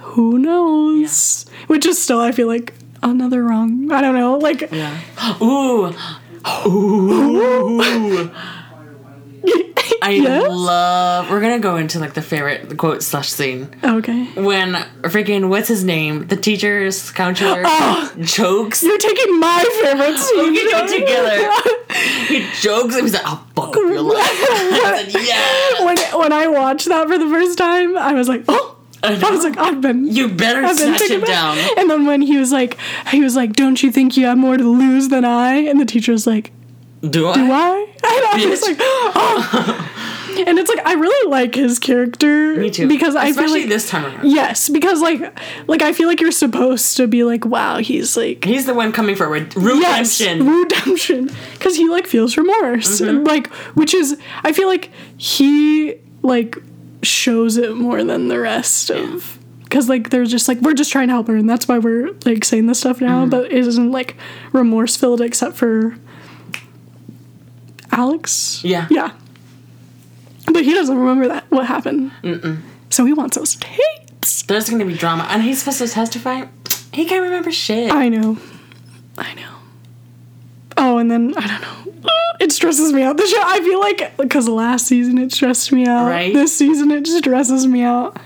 Speaker 2: who knows which is still i feel like another wrong i don't know like
Speaker 1: Yeah. Ooh. Ooh. I
Speaker 2: Yes?
Speaker 1: love. We're gonna go into like the favorite quote slash scene
Speaker 2: okay
Speaker 1: when freaking what's his name, the teacher's counselor jokes.
Speaker 2: you're Oh, taking my favorite scene
Speaker 1: You go together. He jokes. and He's like, "I'll fuck up your life." I said, "Yeah."
Speaker 2: when, when i watched that for the first time i was like oh
Speaker 1: I
Speaker 2: i was like i've been
Speaker 1: You better
Speaker 2: I've been
Speaker 1: snatch
Speaker 2: thinking
Speaker 1: it
Speaker 2: about
Speaker 1: down.
Speaker 2: it. And then when he was like, he was like, "Don't you think you have more to lose than I?" And the teacher was like,
Speaker 1: Do I?
Speaker 2: why? And I was
Speaker 1: Bitch.
Speaker 2: like, oh. and it's like I really like his character.
Speaker 1: Me too.
Speaker 2: Because I
Speaker 1: especially
Speaker 2: feel like
Speaker 1: this time around,
Speaker 2: yes, because like like I feel like you're supposed to be like, wow, he's like
Speaker 1: he's the one coming forward.
Speaker 2: yes,
Speaker 1: Redemption. Mm-hmm.
Speaker 2: redemption, because he like feels remorse, like which is I feel like he like shows it more than the rest of. Because like they're just like we're just trying to help her, and that's why we're like saying this stuff
Speaker 1: Mm-hmm.
Speaker 2: now. But it isn't like remorse filled, except for Alex.
Speaker 1: Yeah.
Speaker 2: Yeah. But he doesn't remember that what happened. Mm-mm. So he wants those tapes.
Speaker 1: There's gonna be drama, and he's supposed to testify. He can't remember shit.
Speaker 2: I know. I know. Oh, and then I don't know. It stresses me out. The show. I feel like because last season it stressed me out.
Speaker 1: Right.
Speaker 2: This season it stresses me out.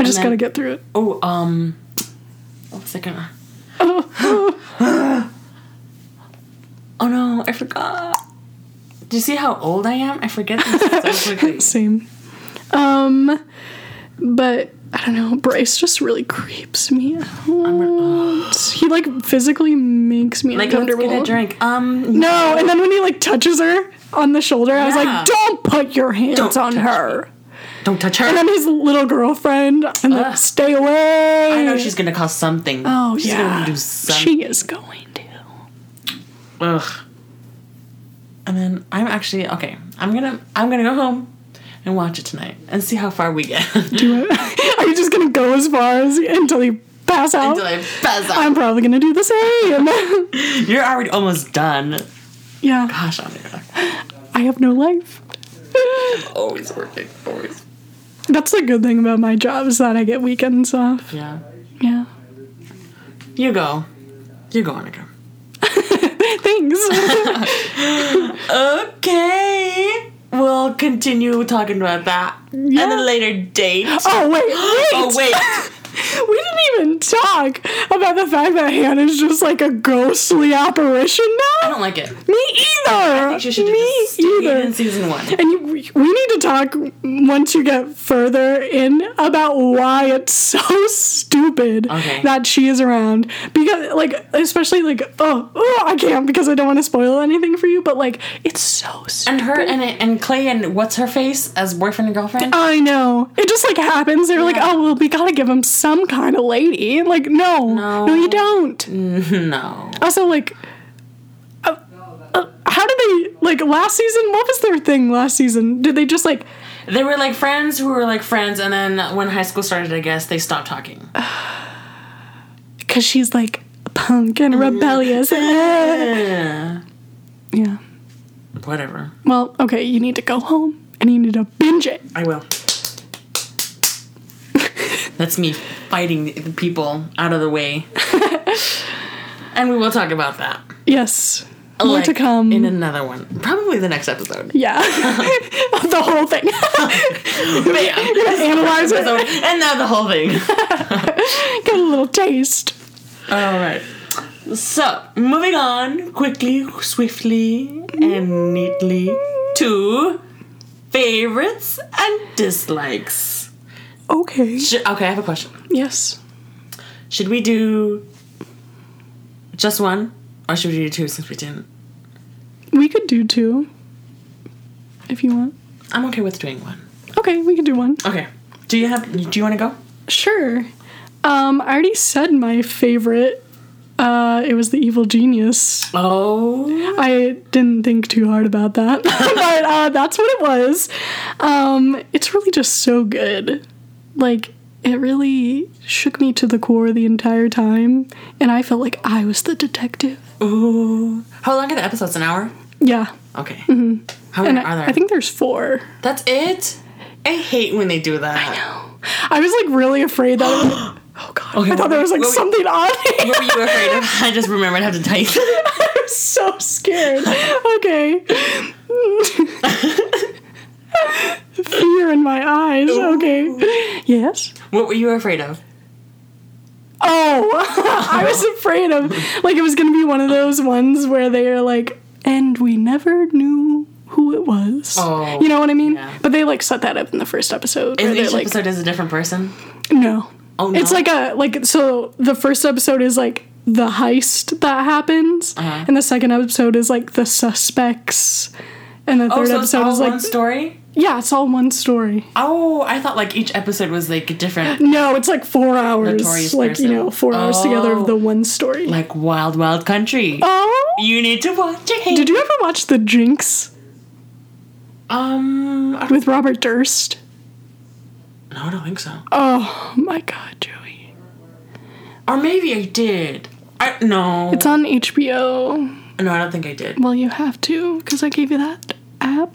Speaker 2: I just
Speaker 1: then-
Speaker 2: gotta get through it.
Speaker 1: Oh, um, what was I gonna? Oh no, I forgot. Do you see how old I am? I forget things so quickly.
Speaker 2: Same. Um, but I don't know. Bryce just really creeps me out. he like physically makes me
Speaker 1: Like, let's
Speaker 2: uncomfortable.
Speaker 1: get a drink. Um,
Speaker 2: No, and then when he like touches her on the shoulder, I was
Speaker 1: Yeah.
Speaker 2: like, "Don't put your hands
Speaker 1: Don't
Speaker 2: on
Speaker 1: touch
Speaker 2: her."
Speaker 1: don't touch
Speaker 2: And
Speaker 1: her.
Speaker 2: then his little girlfriend, and like,
Speaker 1: Ugh.
Speaker 2: "Stay away."
Speaker 1: I know she's gonna cause something.
Speaker 2: Oh
Speaker 1: she's
Speaker 2: yeah,
Speaker 1: gonna do something.
Speaker 2: she is going to.
Speaker 1: Ugh. And then I'm actually okay. I'm gonna I'm gonna go home and watch it tonight and see how far we get until
Speaker 2: Do it. Are you just gonna go as far as until you pass out?
Speaker 1: I pass out.
Speaker 2: I'm probably gonna do the same.
Speaker 1: You're already almost done.
Speaker 2: yeah,
Speaker 1: Gosh, I'm gonna
Speaker 2: I have no life.
Speaker 1: always working, always.
Speaker 2: That's the good thing about my job is that I get weekends off.
Speaker 1: Yeah.
Speaker 2: Yeah.
Speaker 1: You go. You go, Annika.
Speaker 2: Thanks.
Speaker 1: Okay. We'll continue talking about that
Speaker 2: Yeah.
Speaker 1: at a later date.
Speaker 2: oh wait, wait.
Speaker 1: Oh, wait.
Speaker 2: We didn't even talk about the fact that Hannah's just like a ghostly apparition
Speaker 1: I
Speaker 2: now.
Speaker 1: don't like it.
Speaker 2: Me either.
Speaker 1: You should have
Speaker 2: Me
Speaker 1: just stayed in
Speaker 2: either.
Speaker 1: season one.
Speaker 2: And you, we need to talk once you get further in about why it's so stupid
Speaker 1: Okay.
Speaker 2: that she is around. Because, like, especially like, oh, oh, I can't because I don't want to spoil anything for you. But like, it's so
Speaker 1: And
Speaker 2: stupid.
Speaker 1: her and and Clay and what's her face as boyfriend and girlfriend?
Speaker 2: I know. It just like happens. They're like, oh well, we gotta give him some kind of lady. And, Like, no,
Speaker 1: No.
Speaker 2: no, you don't.
Speaker 1: no.
Speaker 2: Also, like, uh, uh, how did they like last season? What was their thing last season? Did they just like?
Speaker 1: They were like friends who were like friends, and then when high school started, I guess they stopped talking.
Speaker 2: Because she's like punk and rebellious. Eh. yeah.
Speaker 1: Whatever.
Speaker 2: Well, okay. You need to go home and you need to binge it.
Speaker 1: I will. That's me fighting the people out of the way. and we will talk about that.
Speaker 2: Yes. More to
Speaker 1: Like,
Speaker 2: come.
Speaker 1: in another one. Probably the next episode.
Speaker 2: yeah. the whole thing.
Speaker 1: Yeah.
Speaker 2: Analyze it.
Speaker 1: and now the whole thing.
Speaker 2: Get a little taste.
Speaker 1: All right. So, moving on quickly, swiftly, and neatly to favorites and dislikes.
Speaker 2: Okay.
Speaker 1: Should, okay, I have a question.
Speaker 2: Yes.
Speaker 1: Should we do just one, or should we do two since we didn't?
Speaker 2: We could do two. If you want.
Speaker 1: I'm okay with doing one.
Speaker 2: Okay, we could do one.
Speaker 1: Okay. Do you have? Do you want to go?
Speaker 2: Sure. Um, I already said my favorite. Uh, it was the evil genius.
Speaker 1: Oh.
Speaker 2: I didn't think too hard about that, but uh, that's what it was. Um, it's really just so good. Like it really shook me to the core the entire time, and I felt like I was the detective.
Speaker 1: Ooh. How long are the episodes? An hour.
Speaker 2: Yeah,
Speaker 1: Okay. Mm-hmm. How many
Speaker 2: and
Speaker 1: are there?
Speaker 2: I, I think there's four.
Speaker 1: That's it. I hate when they do that. I know.
Speaker 2: I was like really afraid that. it would- oh god!
Speaker 1: Okay,
Speaker 2: I
Speaker 1: what
Speaker 2: thought there
Speaker 1: were-
Speaker 2: was like
Speaker 1: what were-
Speaker 2: something odd.
Speaker 1: What were you afraid of? I just remembered I have to tell you.
Speaker 2: I'm so scared. Okay. Fear in my eyes. Okay. Yes.
Speaker 1: What were you afraid of?
Speaker 2: Oh, I was afraid of like it was gonna be one of those ones where they are like, and we never knew who it was.
Speaker 1: Oh,
Speaker 2: you know what I mean?
Speaker 1: yeah.
Speaker 2: But they like set that up in the first episode. where
Speaker 1: Is
Speaker 2: they're
Speaker 1: each
Speaker 2: like,
Speaker 1: episode is a different person?
Speaker 2: No.
Speaker 1: Oh, no.
Speaker 2: It's like a like so the first episode is like the heist that happens,
Speaker 1: Uh-huh.
Speaker 2: and the second episode is like the suspects, and the
Speaker 1: oh,
Speaker 2: third
Speaker 1: so it's
Speaker 2: episode
Speaker 1: all
Speaker 2: is like
Speaker 1: one story.
Speaker 2: yeah, it's all one story.
Speaker 1: Oh, I thought like each episode was like a different,
Speaker 2: No, it's like four hours,
Speaker 1: Notorious
Speaker 2: like
Speaker 1: person.
Speaker 2: you know, four hours together
Speaker 1: Oh.
Speaker 2: of the one story.
Speaker 1: like wild, wild country.
Speaker 2: oh,
Speaker 1: You need to watch it.
Speaker 2: did you ever watch The Jinx
Speaker 1: Um, I don't,
Speaker 2: with Robert Durst?
Speaker 1: no, I don't think so.
Speaker 2: Oh my God, Joey,
Speaker 1: Or maybe I did. I no.
Speaker 2: it's on HBO.
Speaker 1: no, I don't think I did.
Speaker 2: Well, you have to because I gave you that app.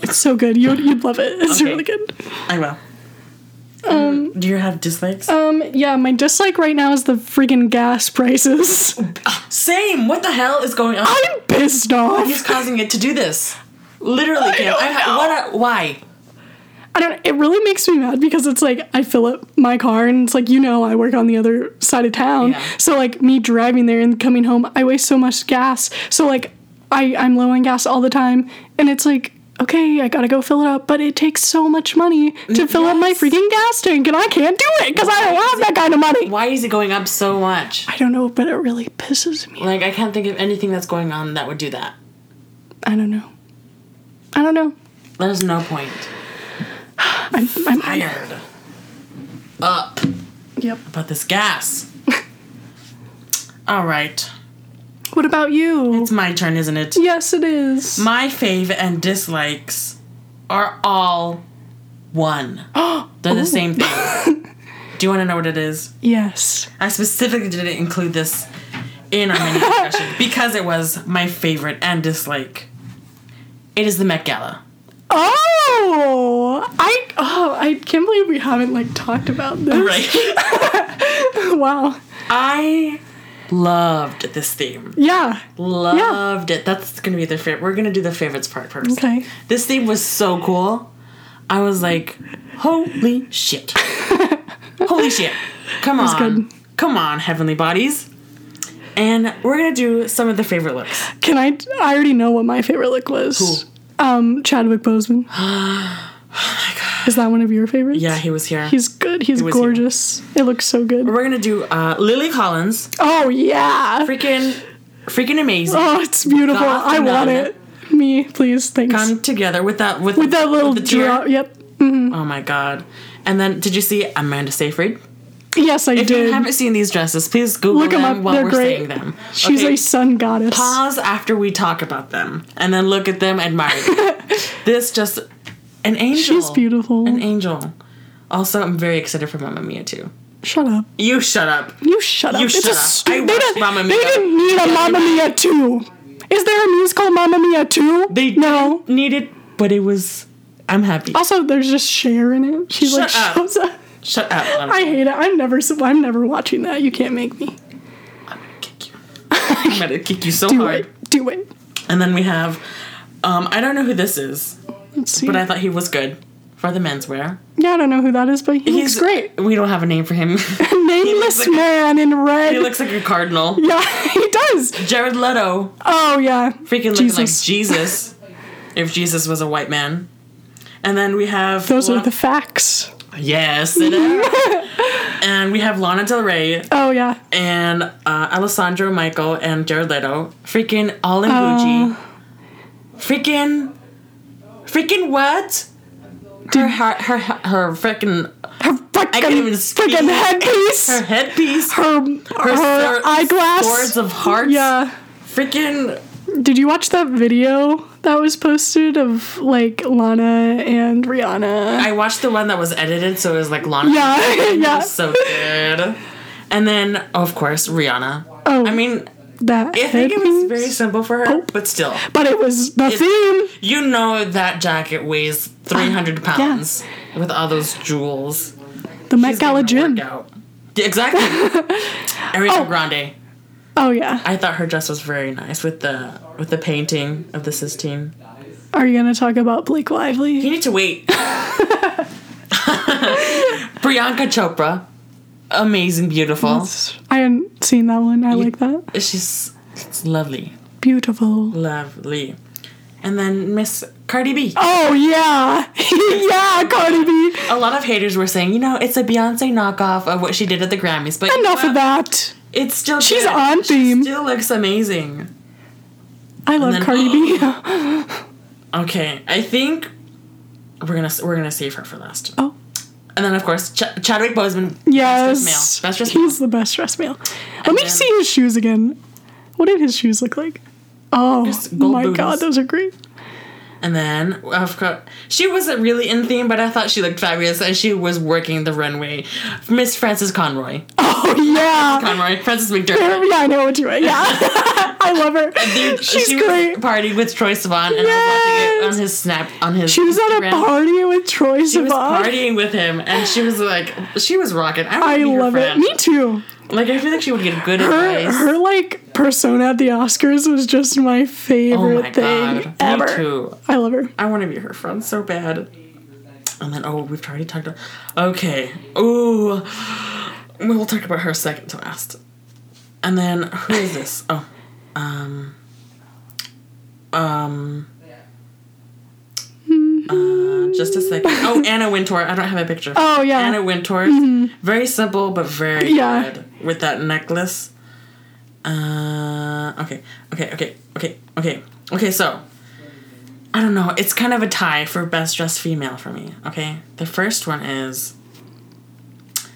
Speaker 2: It's so good. You you'd love it. It's
Speaker 1: Okay.
Speaker 2: really good.
Speaker 1: I will. Um, do you have dislikes?
Speaker 2: Um, yeah, my dislike right now is the freaking gas prices.
Speaker 1: Same. What the hell is going on?
Speaker 2: I'm pissed
Speaker 1: He's
Speaker 2: off.
Speaker 1: causing it to do this. Literally, Kim.
Speaker 2: don't
Speaker 1: I,
Speaker 2: know.
Speaker 1: what? Are, why?
Speaker 2: I don't. It really makes me mad because it's like I fill up my car and it's like you know I work on the other side of town,
Speaker 1: Yeah.
Speaker 2: so like me driving there and coming home, I waste so much gas. So like I I'm low on gas all the time, and it's like. Okay, I gotta go fill it up, but it takes so much money to fill up my
Speaker 1: Mm, Yes.
Speaker 2: freaking gas tank, and I can't do it because I don't have that kind of money.
Speaker 1: Why is it going up so much?
Speaker 2: I don't know, but it really pisses me
Speaker 1: Like I can't think of anything that's going on that would do that.
Speaker 2: I don't know. I don't know.
Speaker 1: There's no point.
Speaker 2: I'm, I'm
Speaker 1: Fired up
Speaker 2: Yep.
Speaker 1: about this gas. All right,
Speaker 2: What about you?
Speaker 1: it's my turn, isn't it?
Speaker 2: yes, it is.
Speaker 1: My fave and dislikes are all one. They're the same thing. Do you want to know what it is?
Speaker 2: yes.
Speaker 1: I specifically didn't include this in our mini discussion because it was my favorite and dislike. It is the Met Gala.
Speaker 2: Oh, I oh I can't believe we haven't like talked about this.
Speaker 1: Right.
Speaker 2: Wow.
Speaker 1: I loved this theme.
Speaker 2: Yeah.
Speaker 1: Loved it. That's gonna be the favorite. We're gonna do the favorites part first.
Speaker 2: Okay.
Speaker 1: This theme was so cool. I was like, holy shit. holy shit. Come on.
Speaker 2: good.
Speaker 1: Come on, heavenly bodies. And we're gonna do some of the favorite looks.
Speaker 2: Can I? I already know what my favorite look was. Um, Chadwick Boseman. oh my god. Is that one of your favorites?
Speaker 1: Yeah, he was here.
Speaker 2: He's good. He's
Speaker 1: was
Speaker 2: gorgeous. It looks so good.
Speaker 1: we're gonna do uh, Lily Collins.
Speaker 2: Oh yeah.
Speaker 1: Freaking, freaking amazing.
Speaker 2: Oh, it's beautiful.
Speaker 1: Goth
Speaker 2: I want
Speaker 1: Phenomenon.
Speaker 2: it. Me, please. Thanks.
Speaker 1: Come together with that with,
Speaker 2: With that little
Speaker 1: the tear.
Speaker 2: drop. Yep.
Speaker 1: Oh my god! And then did you see Amanda Seyfried?
Speaker 2: Yes, I
Speaker 1: If
Speaker 2: did.
Speaker 1: you haven't seen these dresses, please Google
Speaker 2: Look 'em
Speaker 1: them
Speaker 2: up.
Speaker 1: while
Speaker 2: They're
Speaker 1: we're
Speaker 2: great.
Speaker 1: seeing them.
Speaker 2: She's
Speaker 1: Okay,
Speaker 2: a sun goddess.
Speaker 1: pause after we talk about them, and then look at them, admire them. this just an angel.
Speaker 2: She's beautiful.
Speaker 1: An angel. Also, I'm very excited for Mamma Mia too.
Speaker 2: shut up.
Speaker 1: You shut up.
Speaker 2: You shut up.
Speaker 1: You
Speaker 2: it's
Speaker 1: shut
Speaker 2: a
Speaker 1: up.
Speaker 2: stu-
Speaker 1: I
Speaker 2: they,
Speaker 1: watched
Speaker 2: didn't,
Speaker 1: Mamma
Speaker 2: they
Speaker 1: Mia.
Speaker 2: didn't need a Mamma Mia 2. Is there a musical Mamma Mia 2?
Speaker 1: They
Speaker 2: no.
Speaker 1: didn't need it, but it was. I'm happy.
Speaker 2: Oh, Also, there's just Cher in it. She like
Speaker 1: Shut up.
Speaker 2: shows up.
Speaker 1: Shut up. I'm,
Speaker 2: I hate it. I'm never. su- I'm never watching that. You can't make me
Speaker 1: I'm gonna kick you. I'm gonna kick you so
Speaker 2: do
Speaker 1: hard.
Speaker 2: it. Do it.
Speaker 1: And then we have, um, I don't know who this is,
Speaker 2: Let's see.
Speaker 1: but I thought he was good for the menswear.
Speaker 2: yeah, I don't know who that is, but he
Speaker 1: He's
Speaker 2: looks great.
Speaker 1: We don't have a name for him.
Speaker 2: Nameless
Speaker 1: like-
Speaker 2: man in red.
Speaker 1: he looks like a cardinal.
Speaker 2: yeah, he does.
Speaker 1: Jared Leto,
Speaker 2: Oh yeah.
Speaker 1: freaking looking like
Speaker 2: Jesus.
Speaker 1: Jesus, if Jesus was a white man. And then we have
Speaker 2: Those
Speaker 1: Lana-
Speaker 2: are the facts.
Speaker 1: yes, it is. and we have Lana Del Rey
Speaker 2: Oh yeah.
Speaker 1: and uh, Alessandro Michael and Jared Leto, freaking all in
Speaker 2: Uh,
Speaker 1: Gucci, freaking, freaking what? Her, her, her, her freaking
Speaker 2: Her fucking,
Speaker 1: even speak.
Speaker 2: freaking headpiece.
Speaker 1: her
Speaker 2: Her,
Speaker 1: headpiece, her,
Speaker 2: her,
Speaker 1: sor-
Speaker 2: eyeglass.
Speaker 1: swords of hearts,
Speaker 2: yeah.
Speaker 1: freaking
Speaker 2: Did you watch that video that was posted of like Lana and Rihanna?
Speaker 1: I watched the one that was edited, so it was like Lana.
Speaker 2: yeah,
Speaker 1: It
Speaker 2: yeah.
Speaker 1: was so good. And then, of course, Rihanna.
Speaker 2: oh,
Speaker 1: I mean,
Speaker 2: that.
Speaker 1: I think it was
Speaker 2: headpiece.
Speaker 1: very simple for her, but still,
Speaker 2: But it was the theme.
Speaker 1: you know that jacket weighs 300 pounds with all those jewels.
Speaker 2: The Met Gala
Speaker 1: It's gonna
Speaker 2: gym.
Speaker 1: work out. Yeah, Exactly. Ariana Grande.
Speaker 2: Oh yeah.
Speaker 1: I thought her dress was very nice with the with the painting of the Sistine.
Speaker 2: Are you gonna talk about Blake Lively?
Speaker 1: You need to wait. Priyanka Chopra, amazing, beautiful.
Speaker 2: I hadn't seen that one. I like that.
Speaker 1: She's it's lovely,
Speaker 2: Beautiful.
Speaker 1: lovely. And then Miss Cardi B.
Speaker 2: Oh yeah, yeah, Cardi B.
Speaker 1: A lot of haters were saying, you know, it's a Beyonce knockoff of what she did at the Grammys, but you know
Speaker 2: Enough
Speaker 1: what?
Speaker 2: of that.
Speaker 1: It's still
Speaker 2: She's
Speaker 1: good.
Speaker 2: on
Speaker 1: She
Speaker 2: theme.
Speaker 1: still looks amazing.
Speaker 2: I love
Speaker 1: then- oh,
Speaker 2: Cardi B.
Speaker 1: Okay, I think we're gonna we're gonna save her for last.
Speaker 2: Oh.
Speaker 1: And then of course Ch- Chadwick Boseman.
Speaker 2: yes,
Speaker 1: Best dressed male.
Speaker 2: he's the best dressed male. Let me
Speaker 1: then-
Speaker 2: see his shoes again. What did his shoes look like? Oh
Speaker 1: Just gold
Speaker 2: my
Speaker 1: booties.
Speaker 2: God, those are great.
Speaker 1: And then of course she wasn't really in theme, but I thought she looked fabulous, and she was working the runway. Miss Frances Conroy,
Speaker 2: Oh yeah,
Speaker 1: Conroy, Frances McDermott.
Speaker 2: yeah, I know what you mean. Yeah, I love her.
Speaker 1: Dude,
Speaker 2: She's
Speaker 1: she
Speaker 2: great.
Speaker 1: was partying with Troy Sivan, and I was watching it
Speaker 2: Yes.
Speaker 1: on his snap on his.
Speaker 2: She was at a
Speaker 1: Instagram.
Speaker 2: party with Troy
Speaker 1: She was
Speaker 2: Sivan.
Speaker 1: partying with him, and she was like, she was rocking. I, wanna
Speaker 2: I
Speaker 1: be her
Speaker 2: love it.
Speaker 1: friend.
Speaker 2: Me too.
Speaker 1: Like I feel like she would get good
Speaker 2: Her,
Speaker 1: advice.
Speaker 2: her like persona at the Oscars was just my
Speaker 1: oh
Speaker 2: favorite
Speaker 1: my
Speaker 2: thing
Speaker 1: god,
Speaker 2: ever.
Speaker 1: me too.
Speaker 2: I love her.
Speaker 1: I want to be her friend so bad. And then oh, we've already talked about. Okay, ooh, we'll talk about her second to last. And then who is this? Oh, um, um. Uh, just a second. Oh, Anna Wintour. I don't have a picture.
Speaker 2: Oh, yeah. Mm-hmm.
Speaker 1: Anna Wintour. Very simple but very
Speaker 2: Yeah.
Speaker 1: good with that necklace. Uh, okay, okay, okay, okay, okay, okay. So, I don't know. It's kind of a tie for best dressed female for me. Okay, the first one is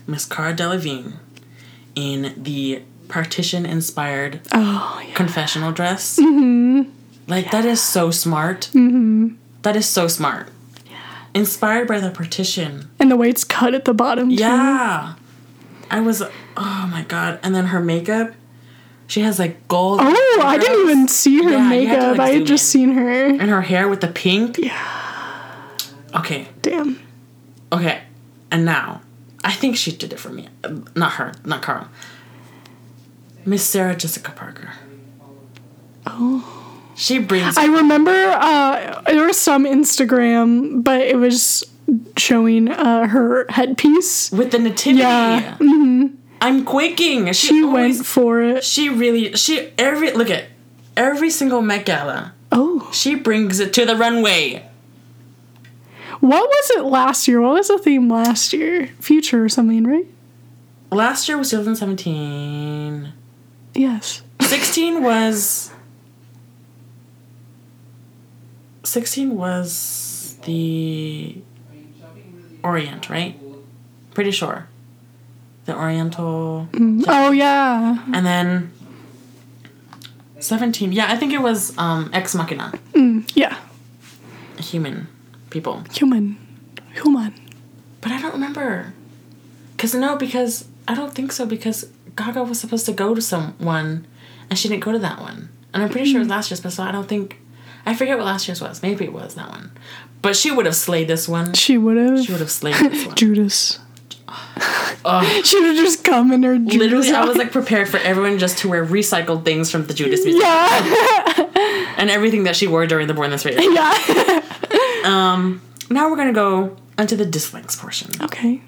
Speaker 1: Miss Cara Delevingne in the partition inspired
Speaker 2: Oh, yeah.
Speaker 1: confessional dress. Mm-hmm. Like that is so smart. Mm-hmm. is so smart. Inspired by the partition.
Speaker 2: and the way it's cut at the bottom. too.
Speaker 1: Yeah. I was oh my god. And then her makeup. She has like gold.
Speaker 2: Oh, I didn't
Speaker 1: eyebrows
Speaker 2: even see her
Speaker 1: Yeah, you had to,
Speaker 2: makeup.
Speaker 1: like,
Speaker 2: I
Speaker 1: zoom
Speaker 2: had just seen her.
Speaker 1: And her hair with the pink. Yeah. Okay.
Speaker 2: Damn.
Speaker 1: Okay. And now. I think she did it for me. Uh, Not her, not Carl. Miss Sarah Jessica Parker. Oh. She brings
Speaker 2: I remember uh, there was some Instagram, but it was showing uh, her headpiece.
Speaker 1: with the nativity.
Speaker 2: Yeah, Mm-hmm.
Speaker 1: I'm quaking. She,
Speaker 2: She
Speaker 1: always,
Speaker 2: went for it.
Speaker 1: She really. She every look at every single Met Gala.
Speaker 2: Oh,
Speaker 1: She brings it to the runway.
Speaker 2: what was it last year? What was the theme last year? Future or something, right?
Speaker 1: Last year was 2017.
Speaker 2: Yes.
Speaker 1: 16 was. 16 was the Orient, right? Pretty sure. The Oriental.
Speaker 2: Oh yeah.
Speaker 1: And then 17. Yeah, I think it was um, Ex Machina.
Speaker 2: Yeah.
Speaker 1: human people.
Speaker 2: Human. Human.
Speaker 1: But I don't remember. Cause no, because I don't think so. Because Gaga was supposed to go to someone, and she didn't go to that one. And I'm pretty sure it was last year's, but so I don't think. I forget what last year's was. Maybe it was that one. But she would have slayed this one.
Speaker 2: She would
Speaker 1: She
Speaker 2: have.
Speaker 1: would have slayed this one.
Speaker 2: Judas. she would just come in her Judas
Speaker 1: Literally, I was
Speaker 2: outfit.
Speaker 1: like prepared for everyone just to wear recycled things from the Judas Museum
Speaker 2: yeah,
Speaker 1: and everything that she wore during the Born This Way. Um,
Speaker 2: yeah.
Speaker 1: Now we're gonna go onto the dislikes portion.
Speaker 2: okay.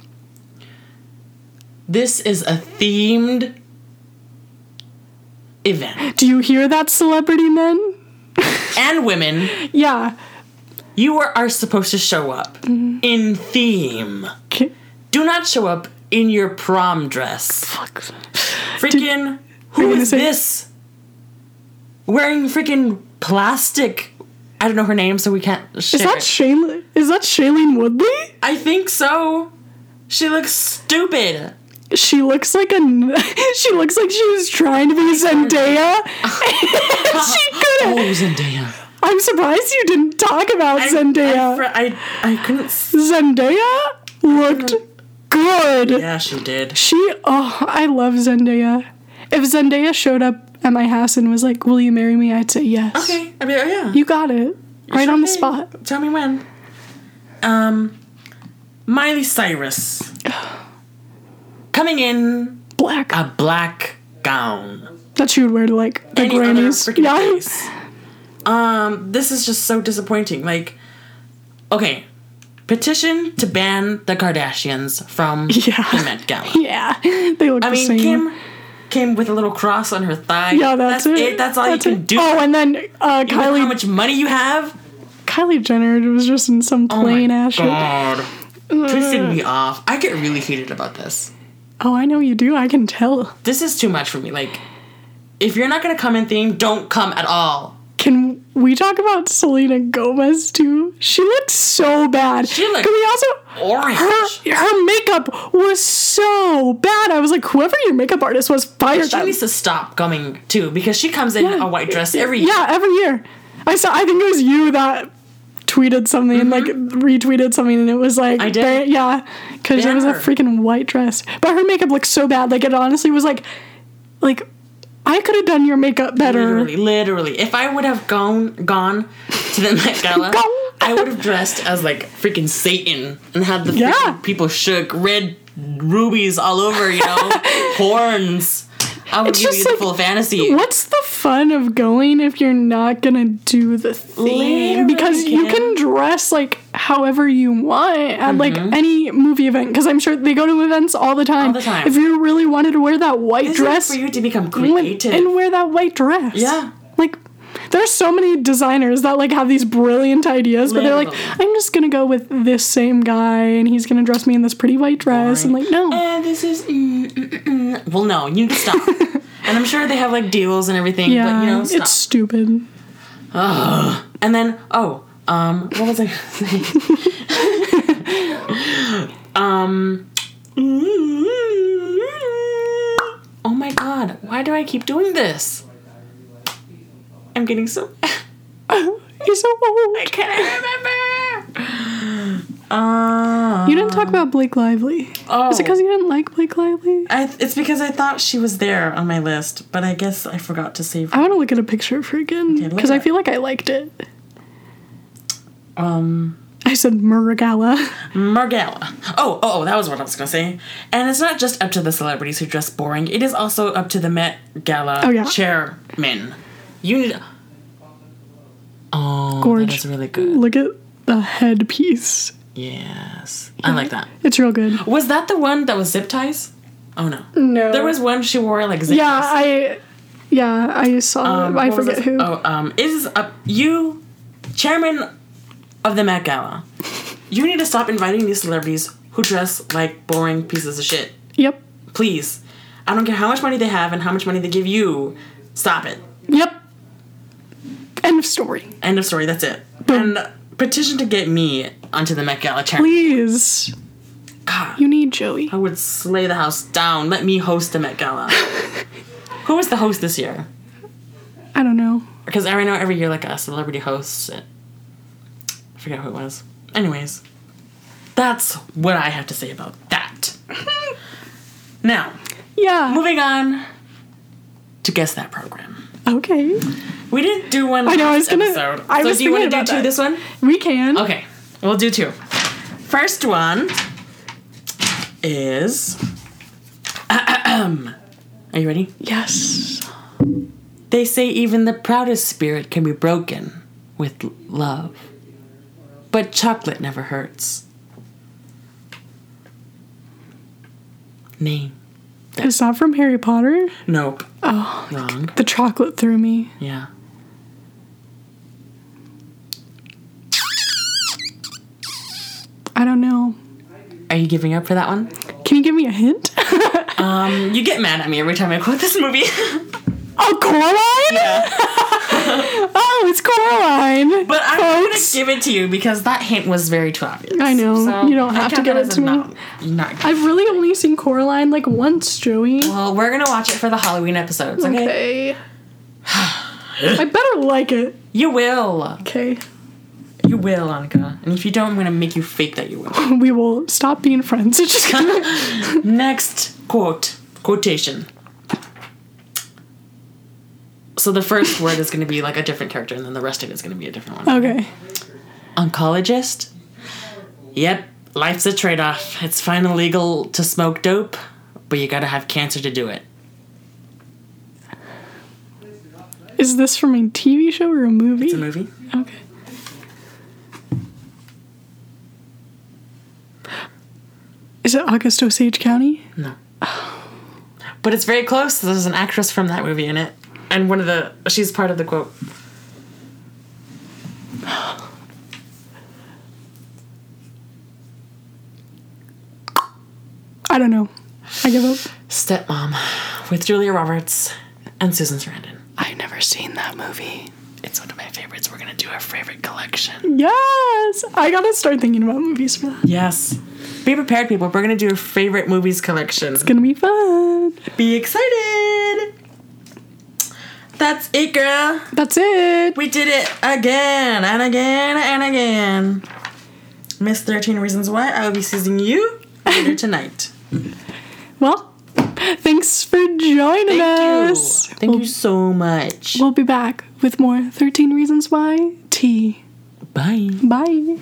Speaker 1: This is a themed event,
Speaker 2: Do you hear that, celebrity men?
Speaker 1: and women,
Speaker 2: Yeah.
Speaker 1: you are, are supposed to show up
Speaker 2: Mm-hmm.
Speaker 1: in theme.
Speaker 2: Okay.
Speaker 1: Do not show up in your prom dress.
Speaker 2: Fuck.
Speaker 1: Freaking,
Speaker 2: Were
Speaker 1: who
Speaker 2: you gonna
Speaker 1: is
Speaker 2: say-
Speaker 1: this? Wearing freaking plastic. I don't know her name, so we can't share.
Speaker 2: Is that
Speaker 1: it.
Speaker 2: Shayla? Is that Shailene Woodley?
Speaker 1: I think so. She looks stupid.
Speaker 2: She looks like a. n- She looks like she was trying to be Zendaya. she couldn't.
Speaker 1: Oh. Zendaya.
Speaker 2: I'm surprised you didn't talk about Zendaya.
Speaker 1: I, fr- I, I couldn't. s-
Speaker 2: Zendaya looked good.
Speaker 1: Yeah, she did.
Speaker 2: She, oh, I love Zendaya. If Zendaya showed up at my house and was like, "Will you marry me?" I'd say yes.
Speaker 1: Okay. I mean, oh, yeah.
Speaker 2: You got it right
Speaker 1: Sure
Speaker 2: on the
Speaker 1: thing.
Speaker 2: spot.
Speaker 1: Tell me when. Um, Miley Cyrus coming in
Speaker 2: Black
Speaker 1: a black gown.
Speaker 2: that she would wear to like the
Speaker 1: Any other
Speaker 2: Grammys.
Speaker 1: freaking
Speaker 2: Yeah.
Speaker 1: place. Um, this is just so disappointing. Like, okay, petition to ban the Kardashians from
Speaker 2: Yeah.
Speaker 1: the Met Gala.
Speaker 2: Yeah, they look
Speaker 1: I
Speaker 2: the
Speaker 1: mean,
Speaker 2: same.
Speaker 1: Kim came with a little cross on her thigh.
Speaker 2: yeah, that's, it.
Speaker 1: That's all
Speaker 2: That's
Speaker 1: you
Speaker 2: it.
Speaker 1: can do.
Speaker 2: Oh, and then uh,
Speaker 1: With
Speaker 2: Kylie
Speaker 1: how much money you have?
Speaker 2: Kylie Jenner was just in some
Speaker 1: Oh my
Speaker 2: plain ass shit.
Speaker 1: God.
Speaker 2: Mm-hmm.
Speaker 1: Pissing me off. I get really heated about this.
Speaker 2: Oh, I know you do. I can tell.
Speaker 1: This is too much for me. Like, if you're not gonna come in theme, don't come at all.
Speaker 2: Can we talk about Selena Gomez too? She looked so bad.
Speaker 1: She looked-
Speaker 2: Can we also?
Speaker 1: Orange.
Speaker 2: Her, her makeup was so bad. I was like, whoever your makeup artist was, fire
Speaker 1: She
Speaker 2: them.
Speaker 1: needs to stop coming too because she comes in a white dress every year.
Speaker 2: Yeah, every year. I saw. I think it was you that tweeted something and like retweeted something, and it was like,
Speaker 1: Mm-hmm. I did.
Speaker 2: "Ban- yeah, because it
Speaker 1: Ban
Speaker 2: was a
Speaker 1: her.
Speaker 2: freaking white dress. But her makeup looked so bad. Like it honestly was like, like I could have done your makeup better.
Speaker 1: Literally, literally. If I would have gone gone to the Met Gala,
Speaker 2: Gone.
Speaker 1: I would have dressed as like freaking Satan and had the
Speaker 2: Yeah.
Speaker 1: freaking people shook red rubies all over, you know, horns. I would give
Speaker 2: just
Speaker 1: you the
Speaker 2: like-
Speaker 1: full fantasy.
Speaker 2: What's the fun of going if you're not gonna do the
Speaker 1: Literally,
Speaker 2: theme? Because you
Speaker 1: Kim.
Speaker 2: can dress like however you want at like any movie event. Because I'm sure they go to events all the time.
Speaker 1: Mm-hmm. the time.
Speaker 2: If you really wanted to wear that white
Speaker 1: This is
Speaker 2: dress,
Speaker 1: for you to become
Speaker 2: and,
Speaker 1: creative.
Speaker 2: and wear that white dress.
Speaker 1: Yeah.
Speaker 2: Like there's so many designers that like have these brilliant ideas, but they're
Speaker 1: Literally.
Speaker 2: like, I'm just gonna go with this same guy and he's gonna dress me in this pretty white dress. and like, no.
Speaker 1: Eh, this is mm, mm, mm, mm. well, no, you need to stop. and I'm sure they have like deals and everything,
Speaker 2: yeah,
Speaker 1: but you know, stop.
Speaker 2: it's stupid.
Speaker 1: And then, oh, um, what was I gonna say? um, oh my god, why do I keep doing this? I'm getting so.
Speaker 2: You're so old.
Speaker 1: I can't remember. Uh,
Speaker 2: You didn't talk about Blake Lively.
Speaker 1: oh,
Speaker 2: Is it because you didn't like Blake Lively?
Speaker 1: I, it's because I thought she was there on my list, but I guess I forgot to save her.
Speaker 2: I want to look at a picture of her again
Speaker 1: look
Speaker 2: because
Speaker 1: at
Speaker 2: I
Speaker 1: it.
Speaker 2: feel like I liked it.
Speaker 1: Um,
Speaker 2: I said Muragala.
Speaker 1: Margella. Oh, oh, oh, that was what I was gonna say. And it's not just up to the celebrities who dress boring. It is also up to the Met Gala
Speaker 2: Oh, yeah.
Speaker 1: chairman. You need. Oh,
Speaker 2: Gorge.
Speaker 1: that's really good.
Speaker 2: Look at the headpiece.
Speaker 1: Yes, I like that.
Speaker 2: It's real good.
Speaker 1: Was that the one that was zip ties? Oh no.
Speaker 2: No.
Speaker 1: There was one she wore like zip.
Speaker 2: Mm. Yeah,
Speaker 1: ties.
Speaker 2: I. Yeah, I saw.
Speaker 1: Um,
Speaker 2: it. I
Speaker 1: what was
Speaker 2: forget
Speaker 1: it?
Speaker 2: who.
Speaker 1: Oh, um, is up you, chairman of the Met Gala. You need to stop inviting these celebrities who dress like boring pieces of shit.
Speaker 2: Yep.
Speaker 1: Please. I don't care how much money they have and how much money they give you. Stop it.
Speaker 2: Yep. End of story.
Speaker 1: End of story. That's it. And petition to get me onto the Met Gala chair.
Speaker 2: Please.
Speaker 1: God,
Speaker 2: You need Joey.
Speaker 1: I would slay the house down. Let me host the Met Gala. Who was the host this year?
Speaker 2: I don't know.
Speaker 1: Because I know every year, like, a celebrity hosts it. I forget who it was. Anyways, that's what I have to say about that. now,
Speaker 2: Yeah.
Speaker 1: moving on to Guess That Program.
Speaker 2: Okay.
Speaker 1: We didn't do one
Speaker 2: I know, I
Speaker 1: last
Speaker 2: was gonna-
Speaker 1: episode.
Speaker 2: I
Speaker 1: so
Speaker 2: was
Speaker 1: do you wanna do
Speaker 2: thinking about
Speaker 1: two
Speaker 2: that.
Speaker 1: this one?
Speaker 2: We can.
Speaker 1: Okay, we'll do two. First one is. Are you ready?
Speaker 2: Yes.
Speaker 1: They say even the proudest spirit can be broken with l- love. But chocolate never hurts. Name.
Speaker 2: It's not from Harry Potter.
Speaker 1: Nope.
Speaker 2: Oh,
Speaker 1: Wrong.
Speaker 2: the chocolate threw me.
Speaker 1: Yeah.
Speaker 2: I don't know.
Speaker 1: Are you giving up for that one?
Speaker 2: Can you give me a hint?
Speaker 1: Um, you get mad at me every time I quote this movie.
Speaker 2: oh, Coraline?
Speaker 1: yeah.
Speaker 2: Oh, it's Coraline.
Speaker 1: But I'm going to
Speaker 2: Folks.
Speaker 1: give it to you because that hint was very too obvious.
Speaker 2: I know. You don't
Speaker 1: I
Speaker 2: have to
Speaker 1: count
Speaker 2: give
Speaker 1: that
Speaker 2: it
Speaker 1: as
Speaker 2: to
Speaker 1: a
Speaker 2: me.
Speaker 1: Not, not
Speaker 2: I've really only seen Coraline like once, Joey.
Speaker 1: Well, we're going to watch it for the Halloween episodes, okay?
Speaker 2: Okay. I better like it.
Speaker 1: You will.
Speaker 2: Okay.
Speaker 1: You will, Annika. And if you don't, I'm going to make you fake that you will.
Speaker 2: We will stop being friends. It's just gonna
Speaker 1: Next quote quotation. So the first word is going to be like a different character, and then the rest of it is going to be a different one.
Speaker 2: Okay.
Speaker 1: Oncologist. Yep, life's a trade-off. It's fine and legal to smoke dope, but you got to have cancer to do it.
Speaker 2: Is this from a TV show or a movie?
Speaker 1: It's a movie.
Speaker 2: Okay. Is it August Osage County?
Speaker 1: No. But it's very close. There's an actress from that movie in it, and one of the she's part of the quote.
Speaker 2: I don't know. I give up.
Speaker 1: Stepmom, with Julia Roberts and Susan Sarandon.
Speaker 2: I've never seen that movie.
Speaker 1: It's one of my favorites. We're gonna do our favorite collection.
Speaker 2: Yes! I gotta start thinking about movies for that. It's
Speaker 1: Yes. Be prepared, people. We're gonna do a favorite movies collection.
Speaker 2: gonna be fun.
Speaker 1: Be excited. That's it, girl.
Speaker 2: That's it.
Speaker 1: We did it again and again and again. Miss 13 Reasons Why I will be seizing you later tonight.
Speaker 2: Well, thanks for joining
Speaker 1: Thank you.
Speaker 2: us.
Speaker 1: Thank you so much.
Speaker 2: We'll be back with more 13 Reasons Why tea.
Speaker 1: Bye.
Speaker 2: Bye.